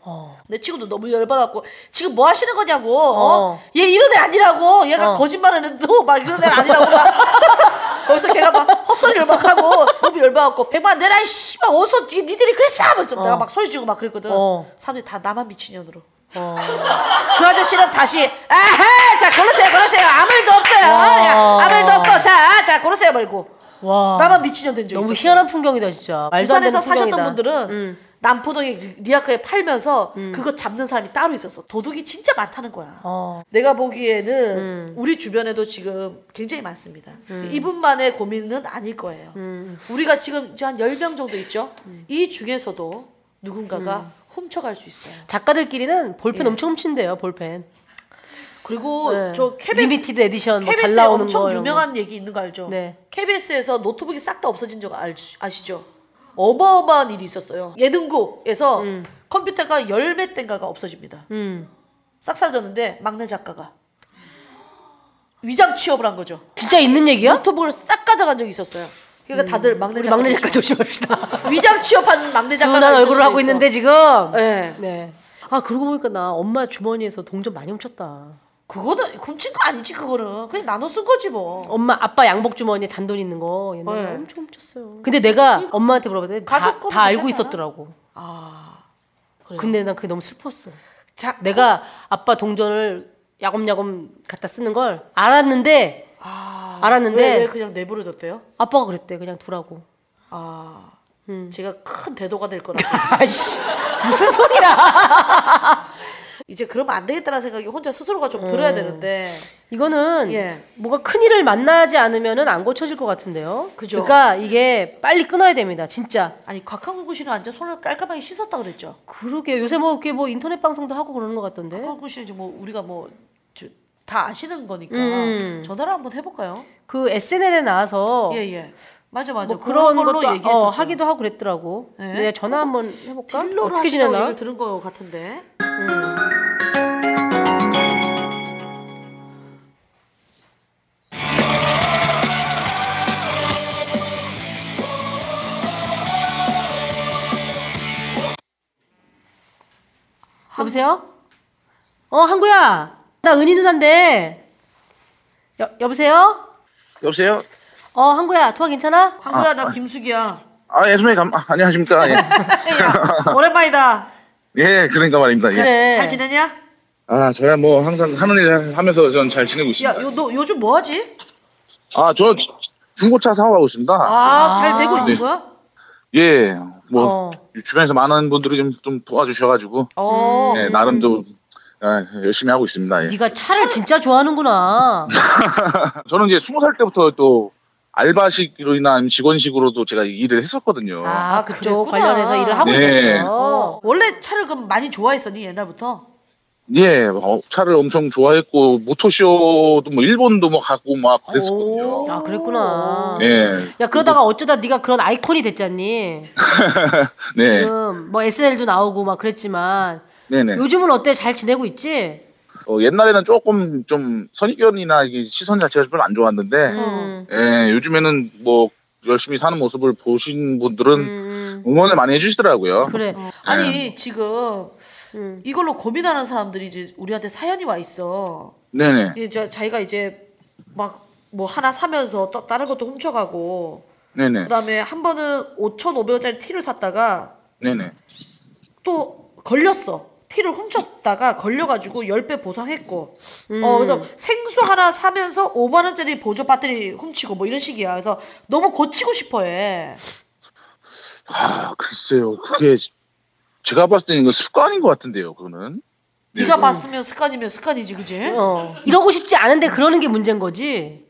B: 내 친구도 너무 열받았고 지금 뭐 하시는 거냐고 어?
A: 어.
B: 얘 이런 애 아니라고 얘가
A: 어.
B: 거짓말을 해도 막 이런 애 아니라고 막 거기서 걔가 막 헛소리를 막 하고 너무 열받았고 백만 내라 이 씨발 어서 니- 니들이 그랬어 그래서 내가 막 소리 지르고 막 그랬거든
A: 어.
B: 사람들이 다 나만 미친년으로 그 아저씨는 다시 아하 자 고르세요 고르세요 아무 일도 없어요
A: 와.
B: 야, 아무 일도 없고 자자 고르세요 말고
A: 와.
B: 나만 미친년 된적
A: 너무
B: 있어
A: 희한한 풍경이다, 진짜. 말도 안 되는
B: 부산에서
A: 풍경이다.
B: 사셨던 분들은
A: 음.
B: 남포동에 리아카에 팔면서 그거 잡는 사람이 따로 있었어. 도둑이 진짜 많다는 거야.
A: 어. 음.
B: 내가 보기에는 우리 주변에도 지금 굉장히 많습니다. 이분만의 고민은 아닐 거예요.
A: 음.
B: 우리가 지금 이제 한 10명 정도 있죠. 이 중에서도 누군가가
A: 음.
B: 훔쳐갈 수 있어요.
A: 작가들끼리는
B: 예.
A: 볼펜 엄청 훔친대요, 볼펜.
B: 그리고
A: 네.
B: 저 KBS
A: 리미티드 에디션 뭐잘
B: KBS에
A: 나오는
B: 엄청
A: 거 이런 거.
B: 유명한 얘기 있는 거 알죠?
A: 네.
B: KBS에서 노트북이 싹 다 없어진 적 알, 아시죠? 어마어마한 일이 있었어요. 예능국에서 컴퓨터가 열몇 대인가가 없어집니다.
A: 음.
B: 싹 사라졌는데 막내 작가가 위장 취업을 한 거죠.
A: 진짜 있는 얘기야?
B: 노트북을 싹 가져간 적이 있었어요. 그러니까 다들 막내
A: 음. 우리
B: 작가
A: 막내 작가 조심합시다.
B: 위장 취업한 막내 작가가
A: 순한
B: 있을
A: 얼굴을
B: 수도
A: 하고
B: 있어.
A: 있는데 지금.
B: 네.
A: 네. 아 그러고 보니까 나 엄마 주머니에서 동전 많이 훔쳤다.
B: 그거는 훔친 거 아니지 그거는 그냥 나눠 쓴 거지 뭐.
A: 엄마 아빠 양복 주머니에 잔돈 있는 거 옛날에
B: 네.
A: 엄청 훔쳤어요. 근데 내가 엄마한테 물어봤더니 다,
B: 가족 거는
A: 다 알고
B: 괜찮잖아.
A: 있었더라고.
B: 그래요?
A: 근데 난 그게 너무 슬펐어.
B: 자,
A: 내가 아빠 동전을 야금야금 갖다 쓰는 걸 알았는데
B: 아,
A: 알았는데-
B: 왜, 왜 그냥 내버려뒀대요?
A: 아빠가 그랬대 그냥 두라고.
B: 아,
A: 음.
B: 제가 큰 대도가 될 거라고.
A: 아이씨 무슨 소리야?
B: 이제 그러면 안 되겠다는 생각이 혼자 스스로가 좀
A: 음.
B: 들어야 되는데.
A: 이거는
B: 예.
A: 뭐가 큰 일을 만나지 않으면은 안 고쳐질 것 같은데요.
B: 그죠.
A: 그러니까 이게 빨리 끊어야 됩니다. 진짜.
B: 아니, 곽한구 씨는 완전 손을 깔끔하게 씻었다 그랬죠.
A: 그러게 요새 뭐 이렇게 뭐 인터넷 방송도 하고 그러는 것 같던데.
B: 곽한구 씨는 이제 뭐 우리가 뭐 다 아시는 거니까
A: 음.
B: 전화를 한번 해볼까요?
A: 그 SNL에 나와서
B: 예, 예. 맞아, 맞아.
A: 어. 뭐 그런
B: 걸로
A: 것도
B: 얘기했었어요.
A: 어, 하기도 하고 그랬더라고.
B: 네?
A: 내가 전화 한번 해볼까?
B: 딜러로
A: 어떻게
B: 하신다고
A: 지내나?
B: 얘기를 들은 거 같은데.
A: 여보세요? 어 항구야, 나 은희 누나인데. 여 여보세요?
F: 여보세요?
A: 어 항구야, 통화 괜찮아?
B: 한구야, 나 김숙이야.
F: 아, 예, 선배님, 감, 아, 안녕하십니까. 예.
B: 야, 오랜만이다.
F: 예, 그러니까 말입니다. 예.
A: 그래.
B: 잘 지내냐?
F: 아, 저야 뭐 항상 하는 일 하면서 전 잘 지내고
B: 야,
F: 있습니다.
B: 요, 너 요즘 뭐 하지?
F: 아, 저 주- 중고차 사업하고 있습니다.
B: 아, 잘 되고 있는
F: 네.
B: 거야?
F: 예, 뭐,
A: 어.
F: 주변에서 많은 분들이 좀, 좀 도와주셔가지고,
B: 어.
F: 예, 나름 좀 아, 열심히 하고 있습니다. 예.
A: 네가 차를 진짜 좋아하는구나.
F: 저는 이제 스무 살 때부터 또 알바식으로 이나 아니면 직원식으로도 제가 일을 했었거든요.
A: 아,
B: 아,
A: 그쪽
B: 그랬구나.
A: 관련해서 일을 하고
F: 네.
A: 있었어.
B: 어. 원래 차를 그럼 많이 좋아했었니 옛날부터?
F: 예, 어, 차를 엄청 좋아했고 모토쇼도 뭐 일본도 뭐 가고 막 그랬었거든요.
B: 오.
A: 아, 그랬구나.
B: 네.
F: 예,
A: 야 그러다가 어쩌다 네가 그런 아이콘이 됐잖니.
B: 그
F: 네,
A: 지금 뭐 SNL도 나오고 막 그랬지만
F: 네, 네.
A: 요즘은 어때? 잘 지내고 있지?
F: 어, 옛날에는 조금 좀 선입견이나 이게 시선 자체가 별로 안 좋았는데,
A: 음.
F: 예, 요즘에는 뭐 열심히 사는 모습을 보신 분들은
A: 음.
F: 응원을 많이 해주시더라고요.
A: 그래.
B: 아니 지금
A: 음.
B: 이걸로 고민하는 사람들이 이제 우리한테 사연이 와 있어.
F: 네네,
B: 이제 자기가 이제 막 뭐 하나 사면서 또 다른 것도 훔쳐가고
F: 네네,
B: 그다음에 한 번은 5,500원짜리 티를 샀다가
F: 네네.
B: 또 걸렸어. 티를 훔쳤다가 걸려가지고 10배 보상했고
A: 음.
B: 어 그래서 생수 하나 사면서 5만 원짜리 보조 배터리 훔치고 뭐 이런 식이야. 그래서 너무 고치고 싶어해.
F: 아, 글쎄요. 그게 제가 봤을 때는 이거 습관인 것 같은데요, 그거는.
B: 네가 봤으면 습관이면 습관이지 그지?
A: 어. 이러고 싶지 않은데 그러는 게 문제인 거지.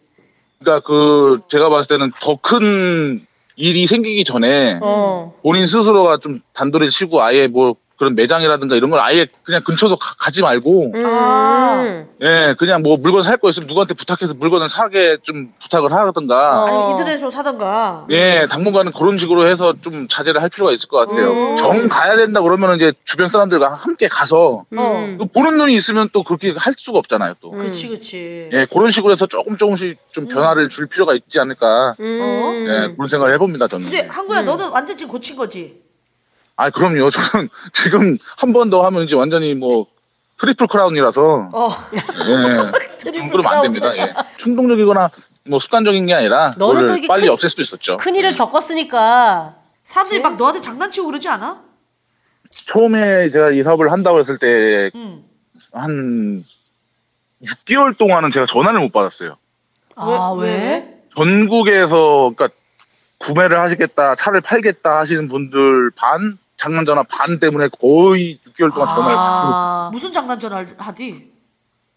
F: 그러니까 그 제가 봤을 때는 더 큰 일이 생기기 전에
A: 어.
F: 본인 스스로가 좀 단도를 치고 아예 뭐 그런 매장이라든가 이런 걸 아예 그냥 근처도 가, 가지 말고
B: 아.
A: 음.
F: 예 그냥 뭐 물건 살 거 있으면 누구한테 부탁해서 물건을 사게 좀 부탁을 하든가
B: 아니면
A: 어.
B: 인터넷으로 사던가.
F: 예 당분간은 그런 식으로 해서 좀 자제를 할 필요가 있을 것 같아요 정 가야 된다 그러면 이제 주변 사람들과 함께 가서
B: 어.
F: 또 보는 눈이 있으면 또 그렇게 할 수가 없잖아요 또
B: 그치 그치.
F: 예, 그런 식으로 해서 조금 조금씩 좀 변화를 줄 필요가 있지 않을까.
A: 음.
F: 예, 그런 생각을 해봅니다, 저는.
B: 어? 근데 한구야 너는 완전 지금 고친 거지?
F: 아, 그럼요. 저는 지금 한 번 더 하면 이제 완전히 뭐 트리플 크라운이라서.
B: 어.
F: 예.
B: 드리블
F: 안 그러면 안 됩니다. 예. 충동적이거나 뭐 습관적인 게 아니라
A: 너는
F: 그거를
A: 또 이게
F: 빨리
A: 큰-
F: 없앨 수도 있었죠.
A: 큰 일을 겪었으니까.
B: 사람들이 막 너한테 장난치고 그러지 않아?
F: 처음에 제가 이 사업을 한다고 했을
A: 음.
B: 응.
F: 때 한 6개월 동안은 제가 전화를 못 받았어요.
A: 아 왜?
F: 전국에서 그러니까 구매를 하시겠다, 차를 팔겠다 하시는 분들 반, 장난 전화 반 때문에 거의 6개월 동안 전화를 받고
A: 아.
B: 무슨 장난 전화를 하디?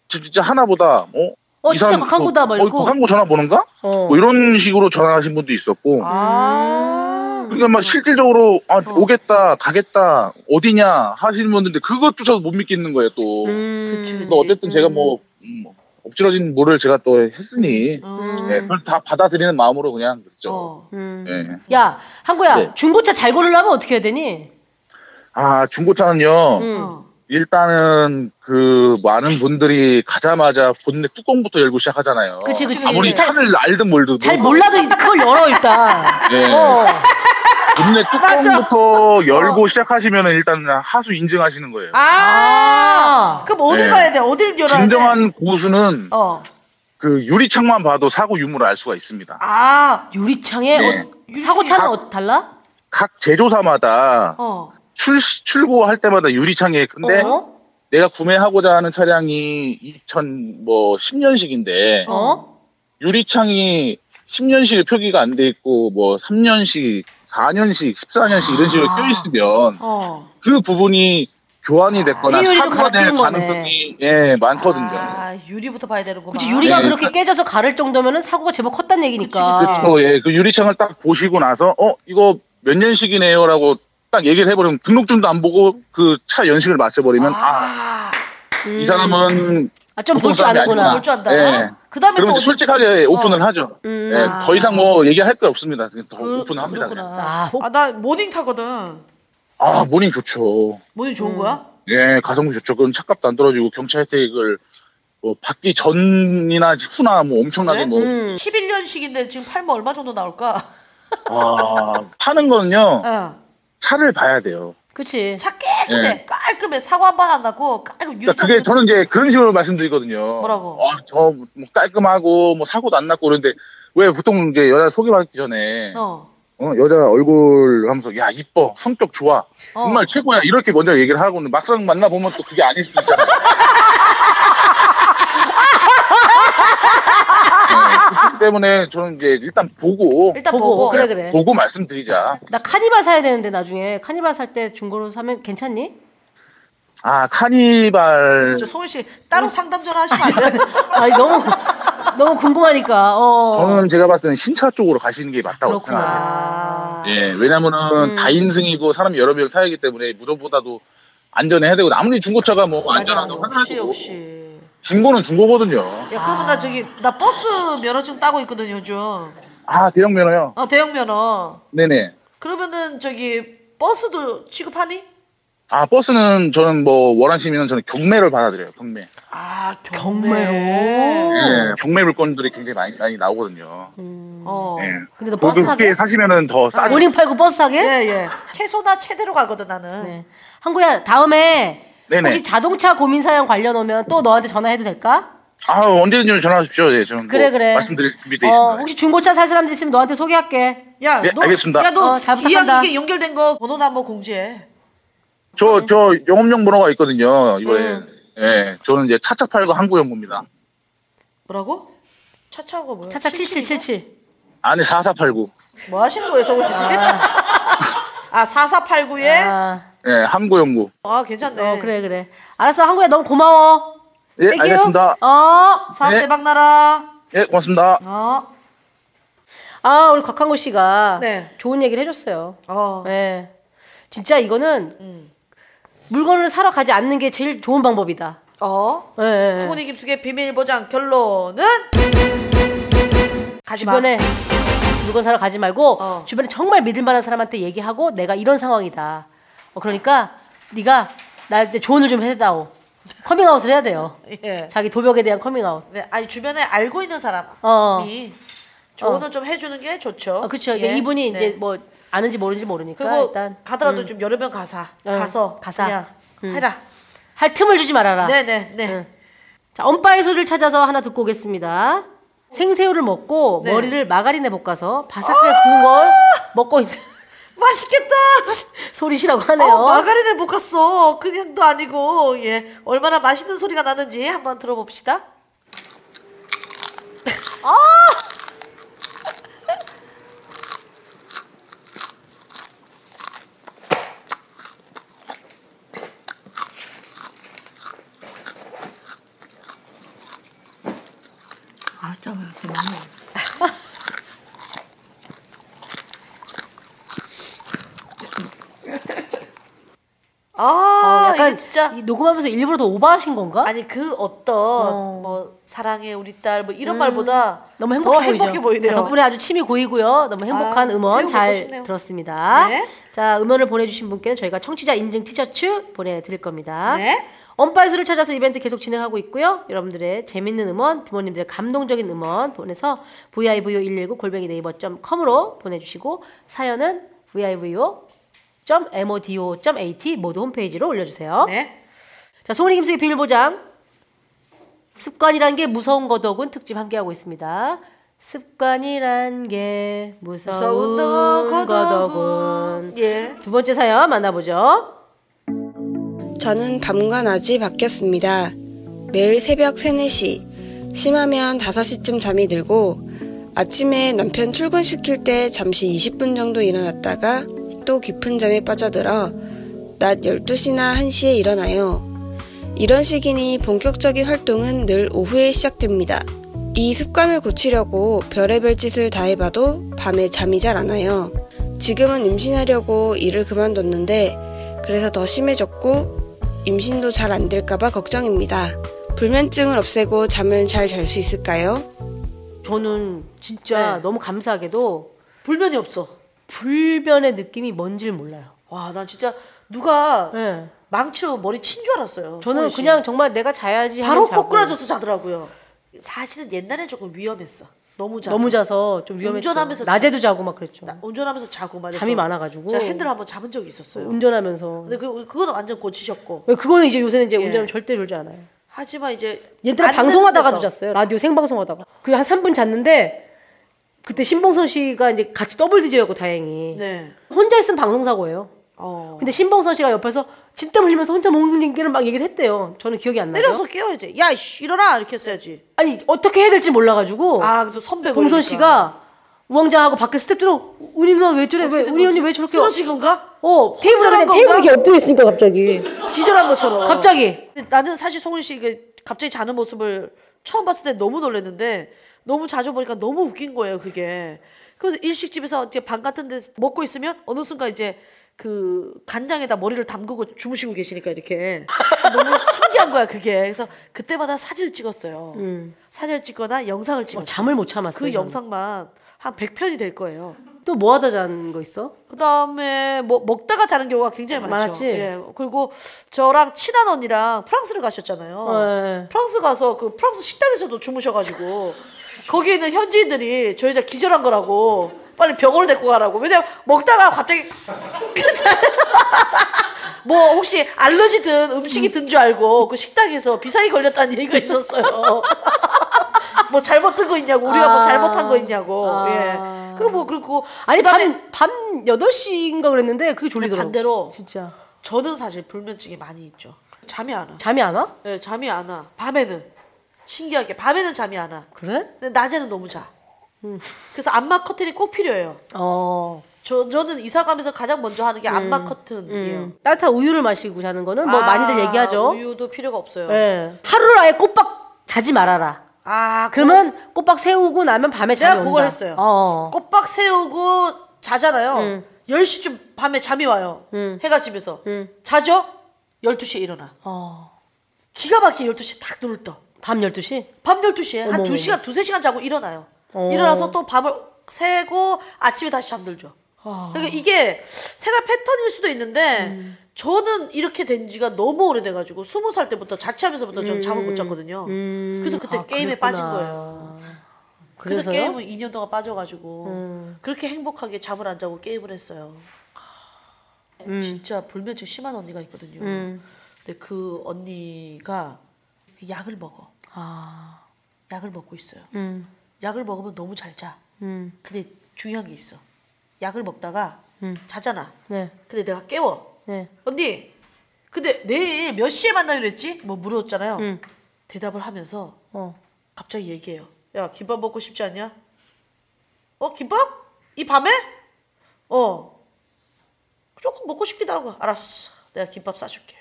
F: 진- 진짜 하나보다 어?
A: 어,
F: 이
A: 진짜
F: 사람
A: 각한보다
F: 어,
A: 막
F: 어,
A: 이러고.
F: 각한보 전화 보는가?
A: 어.
F: 뭐 이런 식으로 전화하신 분도 있었고
B: 아.
F: 그러니까 막 실질적으로
A: 어.
F: 아, 오겠다, 가겠다, 어디냐 하시는 분들인데 그것조차도 못 믿겠는 거예요 또.
A: 음.
B: 그치, 그치.
F: 또 어쨌든 제가 뭐 음, 엎질러진 물을 제가 또 했으니
B: 음.
F: 예, 그걸 다 받아들이는 마음으로 그냥 그랬죠.
B: 어.
A: 음.
F: 예.
A: 야, 한구야.
F: 네.
A: 중고차 잘 고르려면 어떻게 해야 되니?
F: 아 중고차는요.
A: 음.
B: 어.
F: 일단은 그 많은 분들이 가자마자 본네 뚜껑부터 열고 시작하잖아요.
A: 그치, 그치.
F: 아무리
A: 잘-
F: 차를 알든 뭘든
A: 잘 몰라도 그걸 열어 일단.
F: 예.
A: 어.
F: 본네 뚜껑부터 열고 시작하시면은 일단 하수 인증하시는 거예요.
B: 아.
A: 아.
B: 그럼 어딜
F: 네.
B: 가야 돼? 어딜 열어야 돼?
F: 진정한 고수는
B: 어.
F: 그 유리창만 봐도 사고 유무를 알 수가 있습니다.
B: 아.
A: 유리창에
F: 네.
A: 어, 사고차는 어, 달라?
F: 각 제조사마다
B: 어.
F: 출 출고할 때마다 유리창에 근데
A: 어?
F: 내가 구매하고자 하는 차량이 2010년식인데
A: 어?
F: 유리창이 10년씩 표기가 안 돼 있고 뭐 3년씩, 4년씩, 14년씩 이런
A: 아.
F: 식으로 껴 있으면
B: 어.
F: 그 부분이 교환이 됐거나
A: 세율이
F: 사고가 될
A: 바뀌는 거네.
F: 가능성이 예 많거든요.
B: 아, 유리부터 봐야 되는구나.
A: 그치 유리가
F: 네.
A: 그렇게 깨져서 가를 정도면은 사고가 제법 컸단 얘기니까.
B: 아.
F: 그렇죠. 예, 그 유리창을 딱 보시고 나서 어 이거 몇 년식이네요라고 딱 얘기를 해버리면 등록증도 안 보고 그 차 연식을 맞춰버리면 아 이
B: 아.
F: 사람은
A: 아, 좀
F: 보통
A: 볼 줄
F: 사람이
A: 아는구나.
F: 아니구나.
B: 볼 줄 안다.
F: 예.
B: 그다음에 또
F: 그러면
B: 어디- 음. 아.
F: 이제 솔직하게 오픈을 하죠. 예, 더 이상 뭐 얘기할 거 없습니다. 그냥 더
B: 그-
F: 오픈합니다. 그냥.
A: 아,
B: 그렇구나.
A: 혹-
B: 아, 나 모닝 타거든.
F: 아 모닝 좋죠.
B: 모닝 좋은 거야?
F: 예, 가성비 좋죠. 그건 차값도 안 떨어지고 경차 혜택을 뭐 받기 전이나 후나 뭐 엄청나게 뭐
B: 음. 11년식인데 지금 팔면 뭐 얼마 정도 나올까?
F: 아, 파는 거는요
B: 어.
F: 차를 봐야 돼요.
A: 그치.
B: 차 깨끗해.
F: 예.
B: 깔끔해. 사고 한 번 안 나고 깔끔
F: 그러니까
B: 유리창
F: 그게 저는 이제 그런 식으로 말씀드리거든요.
B: 뭐라고?
F: 아, 저뭐 깔끔하고 뭐 사고도 안 났고 그런데 왜 보통 이제 여자 소개받기 전에
B: 어.
F: 어, 여자 얼굴 하면서 야 이뻐 성격 좋아
B: 어.
F: 정말 최고야 이렇게 먼저 얘기를 하고는 막상 만나 보면 또 그게 아닐 수도 있잖아요. 네, 그렇기 때문에 저는 이제 일단 보고
B: 일단
A: 보고,
B: 보고.
A: 그래, 그래.
F: 보고 말씀드리자.
B: 네.
A: 나 카니발 사야 되는데 나중에 카니발 살 때 중고로 사면 괜찮니?
F: 아 카니발
B: 저 송일 씨 따로 상담 전화 하시면 안 돼요?
A: 아, 너무 너무 궁금하니까. 어.
F: 저는 제가 봤을 때는 신차 쪽으로 가시는 게 맞다고 생각해요.
A: 그렇구나.
F: 예,
A: 음.
F: 왜냐면은 다인승이고 사람이 여러 명이 타기 때문에 무조보다도 안전해야 되고 아무리 중고차가 뭐 안전하다고
B: 역시
F: 하더라도
B: 역시.
F: 중고는 중고거든요.
B: 야, 그러면 나 저기 나 버스 면허증 따고 있거든 요즘.
F: 아 대형 면허요.
B: 어 대형 면허.
F: 네네.
B: 그러면은 저기 버스도 취급하니?
F: 아 버스는 저는 뭐 월안 시민은 저는 경매를 받아들여요. 경매.
B: 아
A: 경매로?
F: 예, 경매 물건들이 굉장히 많이, 많이 나오거든요.
B: 어.
F: 예.
A: 음. 근데 너 버스 아,
F: 그것도 그렇게
A: 타게?
F: 사시면은 더 싸죠.
A: 모닝 팔고 버스 타게?
B: 예, 예. 최소나 최대로 가거든 나는.
A: 네. 한구야 다음에
F: 네네.
A: 혹시 자동차 고민 사양 관련 오면 또 너한테 전화해도 될까?
F: 아 언제든지 전화하십시오. 예, 저는 뭐
A: 그래 그래.
F: 말씀드릴 준비되어
A: 어,
F: 있습니다.
A: 혹시 중고차 살 사람 있으면 너한테 소개할게.
B: 야,
F: 예,
B: 너,
F: 알겠습니다.
B: 야, 너
A: 어, 잘 부탁한다.
B: 이왕 이게 연결된 거 번호나 한번 공지해.
F: 저
A: 네.
F: 저 영업용 번호가 있거든요. 이번에
A: 아.
F: 예, 저는 이제 차차 팔고 한국 연구입니다.
B: 뭐라고? 차차하고 뭐야?
A: 차차 7777.
F: 안에 4489.
B: 뭐 하시는 거예요, 서울씨 아, 4489에? 아,
A: 아,
F: 예, 한국 연구.
B: 괜찮네.
A: 어 그래 그래. 알았어 한구야 너무 고마워.
F: 예,
A: 땡큐.
F: 알겠습니다.
A: 어.
B: 사업
F: 네.
B: 대박 나라.
F: 예, 고맙습니다.
B: 어.
A: 아 우리 곽한구 씨가
B: 네.
A: 좋은 얘기를 해줬어요.
B: 어.
A: 예. 진짜 이거는
B: 음.
A: 물건을 사러 가지 않는 게 제일 좋은 방법이다.
B: 어.
A: 예, 예.
B: 소니 김숙의 비밀 보장 결론은 가지 마.
A: 주변에 물건 사러 가지 말고
B: 어.
A: 주변에 정말 믿을 만한 사람한테 얘기하고 내가 이런 상황이다. 어, 그러니까 네가 나한테 조언을 좀 해다오. 커밍아웃을 해야 돼요.
B: 예.
A: 자기 도벽에 대한 커밍아웃.
B: 네, 아니 주변에 알고 있는 사람이
A: 어.
B: 조언을 좀 해주는 게 좋죠.
A: 어, 그렇죠.
B: 예.
A: 이분이
B: 네.
A: 이제 뭐 아는지 모르는지 모르니까
B: 그리고
A: 일단 음.
B: 가더라도 좀 여러 명 가사
A: 응,
B: 가서
A: 가사.
B: 그냥 해라.
A: 할 틈을 주지 말아라.
B: 네네네.
A: 응. 자, 엄빠의 소리를 찾아서 하나 듣고 오겠습니다. 생새우를 먹고
B: 네.
A: 머리를 마가린에 볶아서 바삭하게 구운 걸 먹고 있는
B: 맛있겠다.
A: 소리시라고 하네요.
B: 어, 마가린을 볶았어. 그냥도 아니고 예 얼마나 맛있는 소리가 나는지 한번 들어봅시다. 아,
A: 어, 약간
B: 아, 이게 진짜
A: 이 녹음하면서 일부러 더 오버하신 건가?
B: 아니 그 어떤 뭐 사랑해 우리 딸 뭐 이런 말보다
A: 음, 너무 행복해,
B: 더 행복해
A: 보이죠?
B: 보이네요.
A: 자, 덕분에 아주 침이 고이고요. 너무 행복한
B: 아, 새우
A: 음원
B: 먹고
A: 잘
B: 싶네요.
A: 들었습니다.
B: 네.
A: 자, 음원을 보내주신 분께는 저희가 청취자 인증 티셔츠 보내드릴 겁니다.
B: 네.
A: 언바이소를 찾아서 이벤트 계속 진행하고 있고요. 여러분들의 재밌는 음원, 부모님들의 감동적인 음원 보내서 vivo119 골뱅이 네이버.com으로 보내주시고 사연은 vivo.modo.at 모두 홈페이지로 올려주세요.
B: 네.
A: 자, 송은이 김숙의 비밀보장. 습관이란 게 무서운 거더군 특집 함께하고 있습니다. 습관이란 게 어, 무서운,
B: 무서운
A: 거더군.
B: 예.
A: 두 번째 사연 만나보죠.
G: 저는 밤과 낮이 바뀌었습니다. 매일 새벽 3, 4시, 심하면 5시쯤 잠이 들고, 아침에 남편 출근시킬 때 잠시 20분 정도 일어났다가 또 깊은 잠에 빠져들어 낮 12시나 1시에 일어나요. 이런 시기니 본격적인 활동은 늘 오후에 시작됩니다. 이 습관을 고치려고 별의별 짓을 다 해봐도 밤에 잠이 잘 안 와요. 지금은 임신하려고 일을 그만뒀는데 그래서 더 심해졌고 임신도 잘 안 될까봐 걱정입니다. 불면증을 없애고 잠을 잘 잘 수 있을까요?
A: 저는 진짜
B: 네.
A: 너무 감사하게도
B: 불면이 없어.
A: 불변의 느낌이 뭔지를 몰라요.
B: 와, 난 진짜 누가
A: 네.
B: 망치로 머리 친 줄 알았어요.
A: 저는
B: 서울 씨.
A: 그냥 정말 내가 자야지 하면
B: 바로
A: 자고.
B: 꼬꾸라져서 자더라고요. 사실은 옛날에 조금 위험했어. 너무 자서.
A: 너무 자서 좀 위험했죠.
B: 운전하면서 자-
A: 낮에도 자고 막 그랬죠.
B: 나- 운전하면서 자고 말이죠.
A: 잠이 많아가지고. 음.
B: 제가 핸들 한번 잡은 적이 있었어요.
A: 운전하면서.
B: 근데 그, 그건 완전 고치셨고.
A: 왜 그거는 이제 요새는 이제
B: 예.
A: 운전하면 절대 졸지 않아요.
B: 하지만 이제
A: 옛날에
B: 앉는
A: 방송하다가도
B: 데서
A: 잤어요. 라디오 생방송하다가. 그한 3분 잤는데 그때 신봉선 씨가 이제 같이 더블 DJ였고 다행히.
B: 네.
A: 혼자 있으면 방송사고예요.
B: 어.
A: 근데 신봉선 씨가 옆에서 진땀 흘리면서 혼자 몽글링기를 막 얘기를 했대요. 저는 기억이 안 나요.
B: 때려서 깨워야지. 야, 이씨, 일어나! 이렇게 했어야지.
A: 아니 어떻게 해야 될지 몰라가지고
B: 아, 그래도 선배
A: 봉선
B: 그러니까.
A: 씨가 우왕좌왕하고 밖에 스태프들은 우리 누나 왜 저래? 왜
B: 어떻게 된
A: 우리 언니
B: 거지?
A: 왜 저렇게?
B: 쓰러진 건가?
A: 어 테이블에
B: 혼자란
A: 그냥 테이블에
B: 건가? 어.
A: 이렇게 엎드려 있으니까 갑자기
B: 기절한 것처럼.
A: 갑자기
B: 근데 나는 사실 송은 씨가 갑자기 자는 모습을 처음 봤을 때 너무 놀랐는데 너무 자주 보니까 너무 웃긴 거예요, 그게. 그래서 일식집에서 이제 방 같은 데 먹고 있으면 어느 순간 이제 그 간장에다 머리를 담그고 주무시고 계시니까 이렇게 너무 신기한 거야 그게 그래서 그때마다 사진을 찍었어요 사진을 찍거나 영상을 찍었어요
A: 음. 잠을 못 참았어요.
B: 그
A: 저는.
B: 영상만 한 100편이 될 거예요
A: 또 뭐 하다 잔 거 있어?
B: 그다음에 뭐 먹다가 자는 경우가 굉장히 많죠.
A: 많았지?
B: 예. 그리고 저랑 친한 언니랑 프랑스를 가셨잖아요.
A: 네.
B: 프랑스 가서 그 프랑스 식당에서도 주무셔가지고 거기 있는 현지인들이 저 여자 기절한 거라고 빨리 병원을 데리고 가라고. 왜냐면 먹다가 갑자기 뭐 혹시 알러지든 음식이 든 줄 알고 그 식당에서 비상이 걸렸다는 얘기가 있었어요. 뭐 잘못 든 거 있냐고 우리가 뭐
A: 아.
B: 잘못한 거 있냐고
A: 아.
B: 예 그리고 뭐 그리고
A: 아니
B: 그다음에
A: 밤밤 8시인가 그랬는데 그게 졸리더라고.
B: 반대로
A: 진짜.
B: 저는 사실 불면증이 많이 있죠. 잠이 안 와.
A: 잠이 안 와?
B: 네, 잠이 안 와. 밤에는 신기하게 밤에는 잠이 안 와.
A: 그래?
B: 근데 낮에는 너무 자.
A: 음.
B: 그래서 안마 커튼이 꼭 필요해요.
A: 어.
B: 저 저는 이사 가면서 가장 먼저 하는 게 안마 커튼이에요.
A: 음. 따뜻한 우유를 마시고 자는 거는 뭐
B: 아,
A: 많이들 얘기하죠.
B: 우유도 필요가 없어요.
A: 예. 하루를 아예 꼬박 자지 말아라.
B: 아, 그럼
A: 그러면 꼬박 세우고 나면 밤에 잠이
B: 내가
A: 온다.
B: 그걸 했어요.
A: 어.
B: 꽃박 세우고 자잖아요.
A: 음.
B: 10시쯤 밤에 잠이 와요. 해가 지면서. 자죠? 12시에 일어나.
A: 어.
B: 기가 막히게 12시에 딱 눈을 떠.
A: 밤 12시?
B: 밤 12시에 한
A: 어머,
B: 2시간, 2-3시간 자고 일어나요.
A: 어.
B: 일어나서 또 밤을 새고 아침에 다시 잠들죠. 그러니까 이게 생활 패턴일 수도 있는데
A: 음.
B: 저는 이렇게 된 지가 너무 오래돼가지고 20살 때부터 자취하면서부터 저는 잠을 못 잤거든요.
A: 음.
B: 그래서 그때
A: 아,
B: 게임에
A: 그랬구나.
B: 빠진 거예요. 그래서
A: 그래서요?
B: 게임은 2년 동안 빠져가지고 그렇게 행복하게 잠을 안 자고 게임을 했어요. 음. 진짜 불면증 심한 언니가 있거든요. 근데 그 언니가 약을 먹어. 아. 약을 먹고 있어요. 약을 먹으면 너무 잘 자. 근데 중요한 게 있어. 약을 먹다가 자잖아.
A: 네.
B: 근데 내가 깨워.
A: 네.
B: 언니, 근데 내일 몇 시에 만나기로 했지? 뭐 물었잖아요. 대답을 하면서
A: 어.
B: 갑자기 얘기해요. 야, 김밥 먹고 싶지 않냐? 어, 김밥? 이 밤에? 어. 조금 먹고 싶기도 하고. 알았어. 내가 김밥 싸줄게.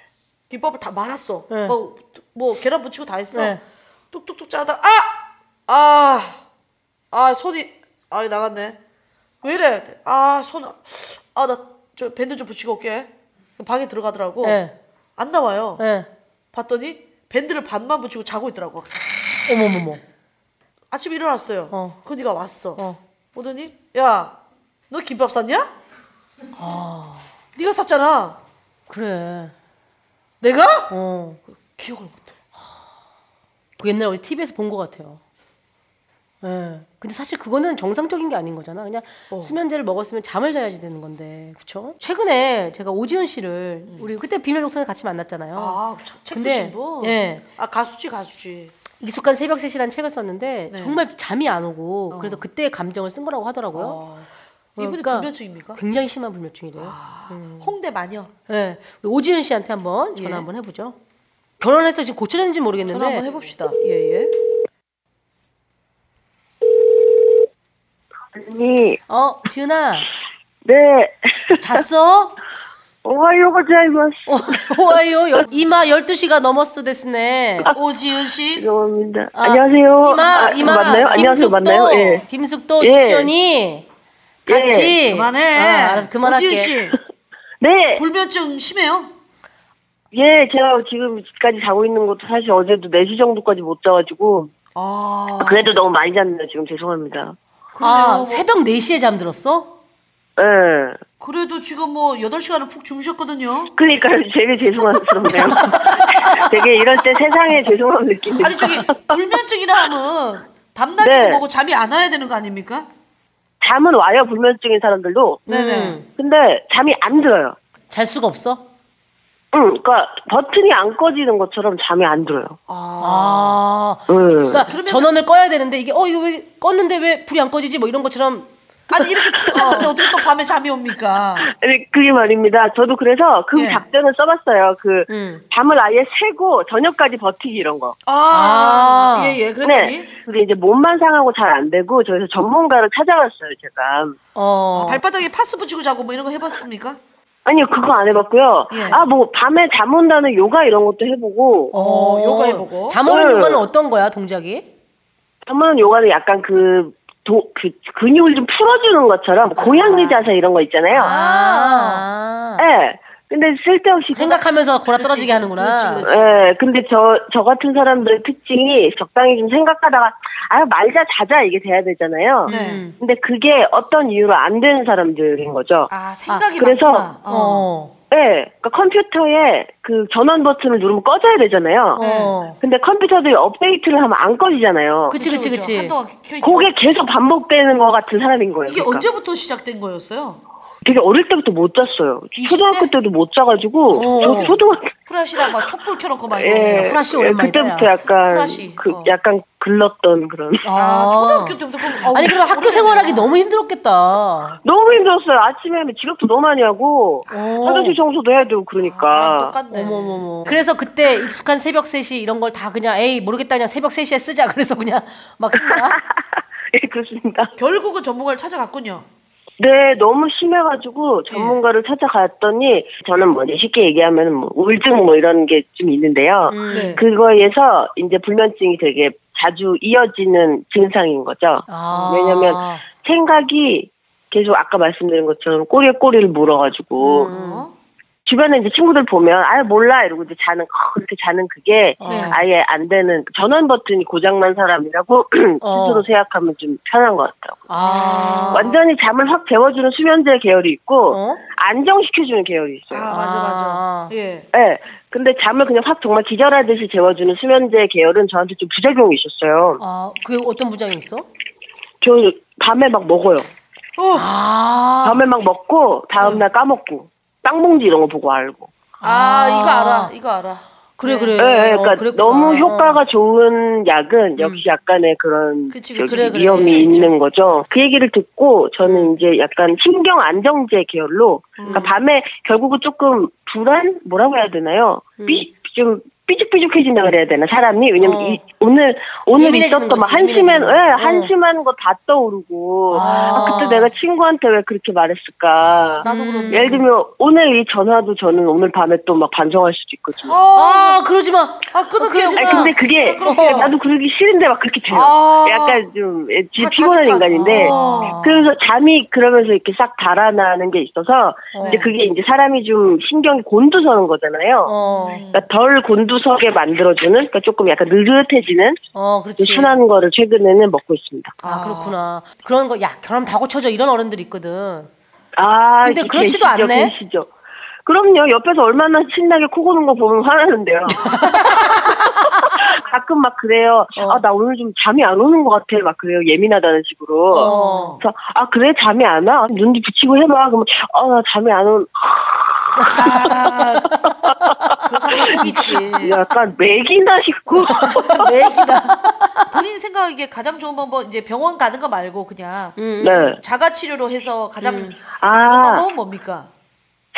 B: 김밥을 다 말았어.
A: 네.
B: 뭐, 뭐 계란 부치고 다 했어.
A: 네.
B: 뚝뚝뚝 짜다. 아! 아! 아, 손이 아, 나갔네. 왜 이래? 아, 손 아, 나 저 밴드 좀 붙이고 올게. 방에 들어가더라고.
A: 네.
B: 안 나와요.
A: 네.
B: 봤더니 밴드를 반만 붙이고 자고 있더라고.
A: 어머머머.
B: 아침에 일어났어요.
A: 어.
B: 그 네가 왔어.
A: 어.
B: 오더니 야, 너 김밥 샀냐?
A: 아.
B: 네가 샀잖아.
A: 그래.
B: 내가?
A: 어.
B: 기억을 못해.
A: 그 옛날 우리 TV에서 본 것 같아요. 예. 근데 사실 그거는 정상적인 게 아닌 거잖아. 그냥
B: 어.
A: 수면제를 먹었으면 잠을 자야지 되는 건데, 그쵸? 최근에 제가 오지은 씨를 우리 그때 비밀 독서에 같이 만났잖아요.
B: 음. 아, 책- 책
A: 근데,
B: 쓰신 분?
A: 예.
B: 아, 가수지, 가수지.
A: 익숙한 새벽 3시라는 책을 썼는데
B: 네.
A: 정말 잠이 안 오고 그래서 그때 감정을 쓴 거라고 하더라고요.
B: 어. 이분이
A: 그러니까
B: 불면증입니까? 아.
A: 굉장히 심한 불면증이래요.
B: 홍대 마녀.
A: 예. 우리 오지은 씨한테 한번 전화
B: 예.
A: 한번 해보죠. 결혼해서 지금 고쳐졌는지 모르겠는데
B: 전화 한번 해봅시다. 예, 예.
E: 언니,
A: 어, 지은아
E: 네.
A: 잤어? 어,
E: 오하요 고자이마스.
A: 오, 오아요 열, 이마 12시가 넘었어 됐네.
B: 오지은 씨.
E: 죄송합니다.
A: 아,
E: 안녕하세요.
A: 이마
E: 아,
A: 이마
E: 맞나요? 안녕하세요.
A: 김숙도,
E: 맞나요? 예.
A: 김숙도
E: 예.
A: 유시원이 같이
B: 그만해.
A: 아, 알았어. 그만할게.
B: 오지은 씨.
E: 네.
B: 불면증 심해요?
E: 예, 제가 지금까지 자고 있는 것도 사실 어제도 4시 정도까지 못 자가지고.
B: 아.
E: 그래도 너무 많이 잤네요. 지금 죄송합니다.
B: 그러네요.
A: 아,
B: 뭐,
A: 새벽 4시에 잠들었어?
E: 예.
B: 그래도 지금 뭐 8시간을 푹 주무셨거든요.
E: 그러니까요. 되게 죄송스럽네요. 되게 이럴 때 세상에 죄송함 느끼는.
B: 아니 저기 불면증이라 하면 밤낮이고
E: 그러니까. 네.
B: 뭐고 잠이 안 와야 되는 거 아닙니까?
E: 잠은 와요. 불면증인 사람들도.
B: 네네.
A: 음.
E: 근데 잠이 안 들어요.
A: 잘 수가 없어?
E: 응, 그러니까 버튼이 안 꺼지는 것처럼 잠이 안 들어요.
A: 아.
E: 응.
A: 그러니까 전원을 꺼야 되는데 이게 어 이거 왜 껐는데 왜 불이 안 꺼지지 뭐 이런 것처럼
B: 아니 이렇게 푹 잤는데 어떻게 또 밤에 잠이 옵니까?
E: 네, 그게 말입니다. 저도 그래서 그
B: 예.
E: 작전을 써봤어요. 그
A: 음.
E: 밤을 아예 새고 저녁까지 버티기 이런 거.
B: 아,
A: 아.
B: 예, 예, 그랬더니.
E: 근데 이제 몸만 상하고 잘 안 되고 저에서 전문가를 찾아왔어요. 제가.
A: 어
B: 아, 발바닥에 파스 붙이고 자고 뭐 이런 거 해봤습니까?
E: 아니요 그거 안 해봤고요.
B: 예.
E: 아 뭐 밤에 잠 온다는 요가 이런 것도 해보고.
B: 어, 요가 해보고.
A: 잠오는
E: 네.
A: 요가는 어떤 거야 동작이?
E: 한번 요가는 약간 그, 도, 그 근육을 좀 풀어주는 것처럼 고양이 자세 이런 거 있잖아요. 예.
A: 아.
E: 근데 쓸데없이
A: 생각하면서 고라 떨어지게
B: 그렇지,
A: 하는구나.
B: 그렇지.
E: 예, 근데 저, 저 같은 사람들의 특징이 적당히 좀 생각하다가, 아, 말자, 자자, 이게 돼야
A: 음.
E: 되잖아요.
B: 네.
E: 근데 그게 어떤 이유로 안 되는 사람들인 거죠.
B: 아 생각이
E: 아, 그래서-
B: 많구나. 어.
A: 어.
E: 예, 그러니까 컴퓨터에 그 전원 버튼을 누르면 꺼져야 되잖아요.
A: 어.
E: 근데 컴퓨터들이 업데이트를 하면 안 꺼지잖아요.
A: 그치 그치
B: 그죠, 그죠.
A: 그치.
B: 한동안 켜있죠.
E: 그게 계속 반복되는 것 같은 사람인 거예요.
B: 이게
E: 그러니까.
B: 언제부터 시작된 거였어요?
E: 되게 어릴 때부터 못 잤어요.
B: 20대?
E: 초등학교 때도 못 자가지고
A: 어.
E: 저 초등학교
B: 프라시랑 막 촛불 켜놓고 막
E: 예,
B: 이거.
A: 후라시 오랜만이다,
E: 그때부터
A: 야. 어.
E: 약간
B: 후라시,
E: 그
B: 어.
E: 약간 글렀던 그런
B: 아 초등학교 때부터 그럼 어우,
A: 아니 그럼 학교
B: 오래됐네요.
A: 생활하기 너무 힘들었겠다.
E: 너무 힘들었어요. 아침에 하면 지각도 너무 많이 하고
A: 어. 아,
E: 화장실 청소도 해야 되고
B: 나랑
E: 그러니까
B: 똑같네.
A: 어머머머. 뭐, 그래서 그때 익숙한 새벽 3시 이런 걸 다 그냥 에이 모르겠다 그냥 새벽 3시에 쓰자 그래서 그냥 막 쓴다.
E: 예 그렇습니다.
B: 결국은 전문가를 찾아갔군요.
E: 네 너무 심해가지고
A: 예.
E: 전문가를 찾아갔더니 저는 뭐 이제 쉽게 얘기하면 뭐 우울증 뭐 이런 게 좀 있는데요.
A: 음.
B: 네.
E: 그거에서 이제 불면증이 되게 자주 이어지는 증상인 거죠.
A: 아.
E: 왜냐면 생각이 계속 아까 말씀드린 것처럼 꼬리에 꼬리를 물어가지고
A: 음.
B: 어?
E: 주변에 이제 친구들 보면 아예 몰라 이러고 이제 자는 아, 그렇게 자는 그게
A: 네.
E: 아예 안 되는 전원 버튼이 고장난 사람이라고
A: 어.
E: 스스로 생각하면 좀 편한 것 같아요.
A: 아.
E: 완전히 잠을 확 재워주는 수면제 계열이 있고
A: 어?
E: 안정시켜주는 계열이 있어요.
B: 아 맞아
A: 아.
B: 맞아. 예.
E: 네. 근데 잠을 그냥 확 정말 기절하듯이 재워주는 수면제 계열은 저한테 좀 부작용이 있었어요.
A: 아, 그게 어떤 부작용이 있어?
E: 저 밤에 막 먹어요.
B: 어.
A: 아.
E: 밤에 막 먹고 다음날 까먹고 빵봉지 이런 거 보고 알고.
B: 아 이거
A: 아.
B: 알아 이거 알아.
A: 그래 그래.
E: 예, 예,
A: 어,
E: 그러니까
A: 그랬구나. 음.
E: 너무 효과가 좋은 약은 역시 약간의 그런
B: 그치,
E: 저기
A: 그래, 그래.
E: 위험이
A: 그치, 음.
E: 있는 거죠. 그 얘기를 듣고 저는 이제 약간 신경 안정제 계열로 그러니까 밤에 결국은 조금 불안 뭐라고 해야 되나요? 삐, 좀 삐죽삐죽해진다 그래야 되나 사람이 왜냐면
A: 음. 어.
E: 이- 오늘 오늘
A: 예민해지는
E: 있었던 막
A: 거지,
E: 한심한
A: 예민해지는
E: 예,
A: 거지. 어.
E: 한심한 거 다 떠오르고
A: 아.
E: 아, 그때 내가 친구한테 왜 그렇게 말했을까?
B: 나도
A: 음.
B: 그런.
E: 예를 들면 오늘 이 전화도 저는 오늘 밤에 또 막 반성할 수도 있거든요.
B: 어.
A: 아, 그러지 마.
B: 아 끊어지지
A: 그러지
B: 마.
E: 아니 근데 그게
A: 그렇게.
E: 나도 그러기 싫은데 막 그렇게 돼요.
B: 아.
E: 예, 약간 좀 예, 진짜
B: 다
E: 피곤한
B: 자극한-
E: 인간인데
B: 어.
E: 그래서 잠이 그러면서 이렇게 싹 달아나는 게 있어서 이제 그게 이제 사람이 좀 신경이 곤두서는 거잖아요.
A: 어.
E: 그러니까 덜 곤두서게 만들어주는 그러니까 조금 약간 느긋해지는
A: 어, 그렇지.
E: 순한 거를 최근에는 먹고 있습니다.
A: 아, 그렇구나. 그런 거 야, 결혼 다 고쳐져 이런 어른들 있거든.
E: 아
A: 근데
E: 이렇게
A: 그렇지도
E: 계시죠,
A: 않네.
E: 계시죠. 그럼요. 옆에서 얼마나 신나게 코 고는 거 보면 화나는데요. 가끔 막 그래요.
A: 어.
E: 아, 나 오늘 좀 잠이 안 오는 것 같아. 막 그래요. 예민하다는 식으로.
A: 어.
E: 그래서, 아, 그래? 잠이 안 와? 눈도 붙이고 해봐. 그러면, 아, 나 잠이 안 오는.
A: 아,
B: 그 사람 꼭 있지.
E: 약간 맥이나 싶고.
B: 맥이다. 본인 생각에 가장 좋은 방법 이제 병원 가는 거 말고 그냥
A: 음.
E: 네.
B: 자가 치료로 해서 가장 좋은
A: 어,
E: 아,
A: 뭐?
B: 방법은 뭡니까?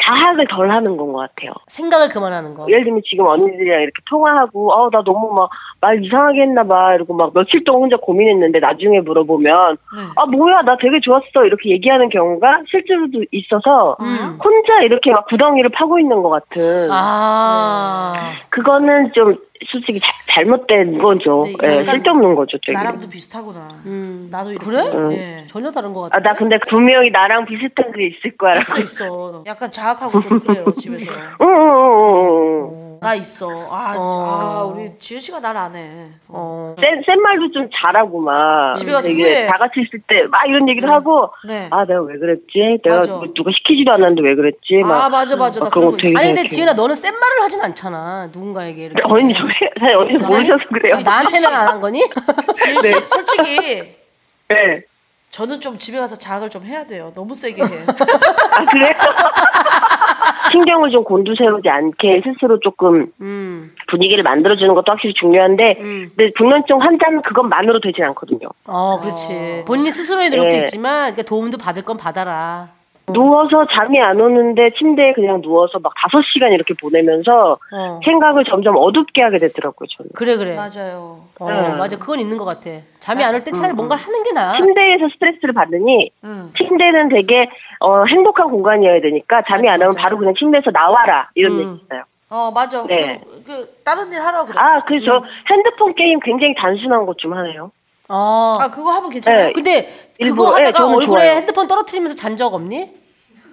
E: 자학을 덜 하는 건 것 같아요.
A: 생각을 그만하는 거.
E: 어, 예를 들면 지금 언니들이랑 이렇게 통화하고 어 나 너무 막 말 이상하게 했나 봐 이러고 막 며칠 동안 혼자 고민했는데 나중에 물어보면
B: 네.
E: 아 뭐야 나 되게 좋았어 이렇게 얘기하는 경우가 실제로도 있어서
B: 음.
E: 혼자 이렇게 막 구덩이를 파고 있는 것 같은
A: 아.
E: 그거는 좀 솔직히 자- 잘못된 거죠
B: 네,
E: 예,
B: 약간
E: 쓸데없는 거죠 되게
B: 네. 나랑도 비슷하구나.
A: 음.
B: 나도 이렇게.
A: 그래?
B: 예.
A: 전혀 다른 것 같아.
E: 아 나 근데 분명히 나랑 비슷한 게 있을 거야
B: 있어 있어. 약간 자학하고 좀 그래요 집에서.
E: 어. 응응응응
B: 나 있어. 아,
A: 어.
B: 아 우리 지은 씨가 날 안 해.
A: 어.
E: 센, 센 말도 좀 잘하고 막
B: 음. 집에 가서 후회.
E: 되게 다 같이 있을 때 막 이런 얘기를 하고
B: 네.
E: 아 내가 왜 그랬지? 내가
B: 맞아.
E: 누- 누가 시키지도 않았는데 왜 그랬지? 막
B: 아 맞아 맞아 나
E: 그런
B: 그러고
E: 거
B: 있어.
E: 되게
A: 아니 근데
E: 이렇게.
A: 지은아 너는 센 말을 하진 않잖아. 누군가에게 이렇게.
E: 언니 저 해- 사실 언니 모르셔서 그래요.
A: 나한테는 안 한 거니?
B: 지은 씨 솔직히
E: 네.
B: 저는 좀 집에 가서 자학을 좀 해야 돼요. 너무 세게 해.
E: 아 그래요? 신경을 좀 곤두세우지 않게 스스로 조금
A: 음.
E: 분위기를 만들어주는 것도 확실히 중요한데 근데 불면증 환자는 그것만으로 되진 않거든요.
A: 어, 그렇지. 본인이 스스로의 노력도
E: 예.
A: 있지만 그러니까 도움도 받을 건 받아라.
E: 누워서 잠이 안 오는데 침대에 그냥 누워서 막 다섯 시간 이렇게 보내면서
A: 어.
E: 생각을 점점 어둡게 하게 되더라고요 저는.
A: 그래 그래.
B: 맞아요.
A: 어, 맞아. 그건 있는 것 같아. 잠이 안 올 때 차라리 뭔가를 하는 게 나아.
E: 침대에서 스트레스를 받느니
B: 응.
E: 침대는 되게 어, 행복한 공간이어야 되니까 잠이 안 오면 바로 그냥 침대에서 나와라 이런
A: 음.
E: 얘기 있어요. 아,
B: 어 맞아.
E: 네.
B: 그, 그 다른 일 하라 그래.
A: 음.
E: 아, 그래서 핸드폰 게임 굉장히 단순한 것 좀 하네요.
A: 어.
B: 아 그거 하면 괜찮아요.
E: 네.
A: 근데
E: 일부,
A: 그거
E: 예,
A: 하다가
E: 저는
A: 얼굴에
E: 좋아요.
A: 핸드폰 떨어뜨리면서 잔 적 없니?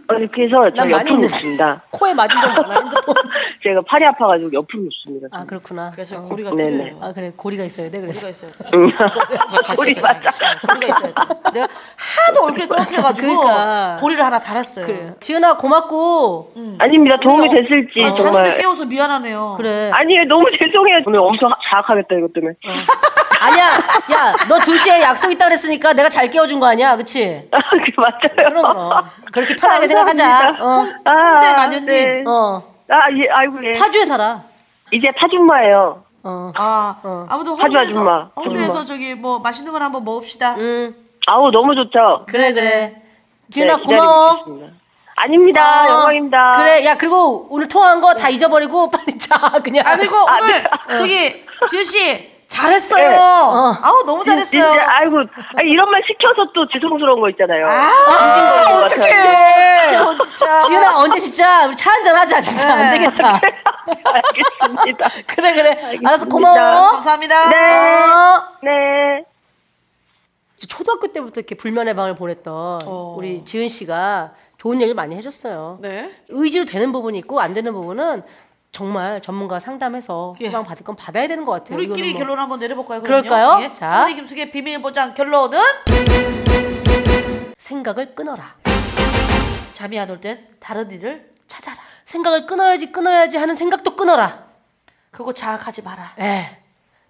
E: 아니, 그래서
A: 난
E: 제가
A: 많이
E: 옆으로
A: 있는데.
E: 눕습니다.
A: 코에 맞은 적 많아 핸드폰.
E: 제가 팔이 아파가지고 옆으로 눕습니다.
A: 아 그렇구나.
B: 그래서
A: 어.
B: 고리가
E: 네네.
B: 필요해요.
A: 아 그래 고리가 있어야 돼 그래서.
B: 고리가 있어요.
A: 아,
E: 꼬리 맞아.
B: 고리가 있어야 돼. 내가 하도 얼굴에 떨어뜨려가지고
A: 그러니까.
B: 고리를 하나 달았어요.
A: 그래. 지은아 고맙고.
E: 아닙니다. 도움이
A: 그래요.
E: 됐을지
B: 아, 자는데
E: 음, 정말.
B: 깨워서 미안하네요.
A: 그래.
E: 아니에요. 너무 죄송해요. 오늘 엄청 하- 자학하겠다 이것 때문에.
A: 어. 아니야. 야, 너 2시에 약속 있다 그랬으니까 내가 잘 깨워준 거 아니야. 그치?
E: 그
A: 그럼,
E: 맞아요.
A: 그럼. 그렇게 편하게 생각하자. 어.
E: 아,
B: 홍대 마녀님.
E: 네.
A: 어.
E: 아, 예, 아이고 예.
A: 파주에 살아.
E: 이제 파준마예요.
A: 어.
B: 아,
A: 어.
B: 아무튼
E: 하지 마, 하지 마.
B: 홍대에서 홍대에서
E: 하지
B: 저기 뭐 맛있는 걸 한번 먹읍시다.
A: 음.
E: 아우 너무 좋죠.
A: 그래, 그래.
E: 네,
A: 지은아,
E: 기다리고
A: 고마워.
E: 있겠습니다. 아닙니다.
A: 어.
E: 영광입니다. 네.
A: 그래, 야, 그리고 오늘 통화한 거 다 잊어버리고 빨리 자, 그냥.
B: 아 그리고 오늘 저기 지은 씨 잘했어요.
E: 어. 네.
A: 어.
B: 아우 너무
E: 진-
B: 잘했어요.
E: 진짜 아이고 아, 이런 말 시켜서 또 죄송스러운 거 있잖아요.
B: 아,
E: 징징거리는 것
B: 어떡해.
E: 같아요.
B: 어떡해요, 진짜.
A: 지은아, 언제 진짜 우리 차 한잔 하자, 진짜. 안
B: 네.
A: 되겠다.
E: 알겠습니다.
A: 그래, 그래. 알았어,
E: 알겠습니다.
A: 고마워.
B: 감사합니다.
E: 네.
A: 어.
E: 네.
A: 초등학교 때부터 이렇게 불면의 방을 보냈던
B: 어.
A: 우리 지은 씨가 좋은 얘기를 많이 해줬어요.
B: 네.
A: 의지로 되는 부분이 있고 안 되는 부분은 정말 전문가 상담해서
B: 예.
A: 수방 받을 건 받아야 되는 것 같아요.
B: 우리끼리
A: 이거는 뭐-
B: 결론 한번 내려볼까요?
A: 그럴까요? 자.
B: 자, 소리 김숙의 비밀 보장 결론은
A: 생각을 끊어라.
B: 잠이 안 올 땐 다른 일을 찾아라.
A: 생각을 끊어야지 끊어야지 하는 생각도 끊어라.
B: 그거 자학하지 마라.
A: 예.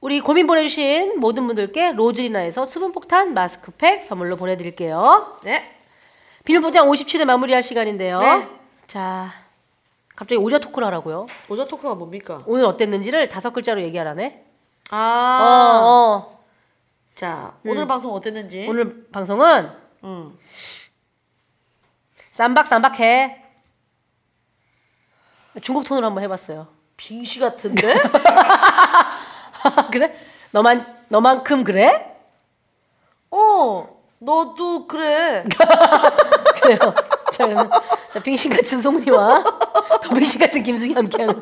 A: 우리 고민 보내주신 모든 분들께 로즈리나에서 수분폭탄 마스크팩 선물로 보내드릴게요.
B: 네.
A: 비밀보장 57회 마무리할 시간인데요.
B: 네.
A: 자, 갑자기 오자 토크를 하라고요.
B: 오자 토크가 뭡니까?
A: 오늘 어땠는지를 다섯 글자로 얘기하라네. 어,
B: 아.
A: 어.
B: 자, 오늘 방송 어땠는지.
A: 음. 오늘 방송은
B: 음.
A: 쌈박쌈박해. 중국 톤으로 한번 해봤어요.
B: 빙시 같은데?
A: 아, 그래? 너만 너만큼 그래?
B: 어. 너도 그래.
A: 그러니까? 그래요. 자, 그러면 자 빙신 같은 송은이와 빙신 같은 김숙이 함께하는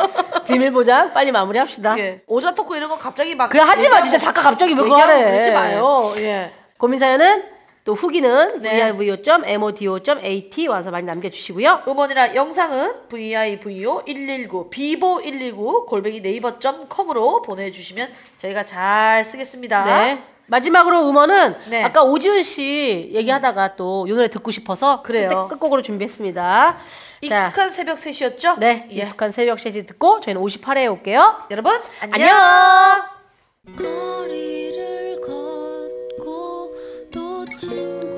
A: 비밀 보장 빨리 마무리합시다.
B: 예. 오자 토크 이런 거 갑자기 막
A: 그래, 하지 마,
B: 얘기하고-
A: 진짜. 작가 갑자기 왜 그거
B: 얘기하고
A: 하래.
B: 그러지 마요. 예.
A: 고민 사연은 또 후기는
B: 네.
A: vivo.modo.at 와서 많이 남겨주시고요.
B: 음원이나 영상은 vivo 119 비보 119 골뱅이 네이버.com으로 보내주시면 저희가 잘 쓰겠습니다.
A: 네. 마지막으로 음원은
B: 네.
A: 아까 오지은 씨 얘기하다가 또 이 노래 듣고 싶어서
B: 그래요.
A: 끝- 끝곡으로 준비했습니다. 자,
B: 익숙한 새벽 3시였죠?
A: 네,
B: 예.
A: 익숙한 새벽 시지 듣고 저희는 58회에 올게요.
B: 여러분 안녕.
A: 안녕.
G: 거리를 걷고 또 친구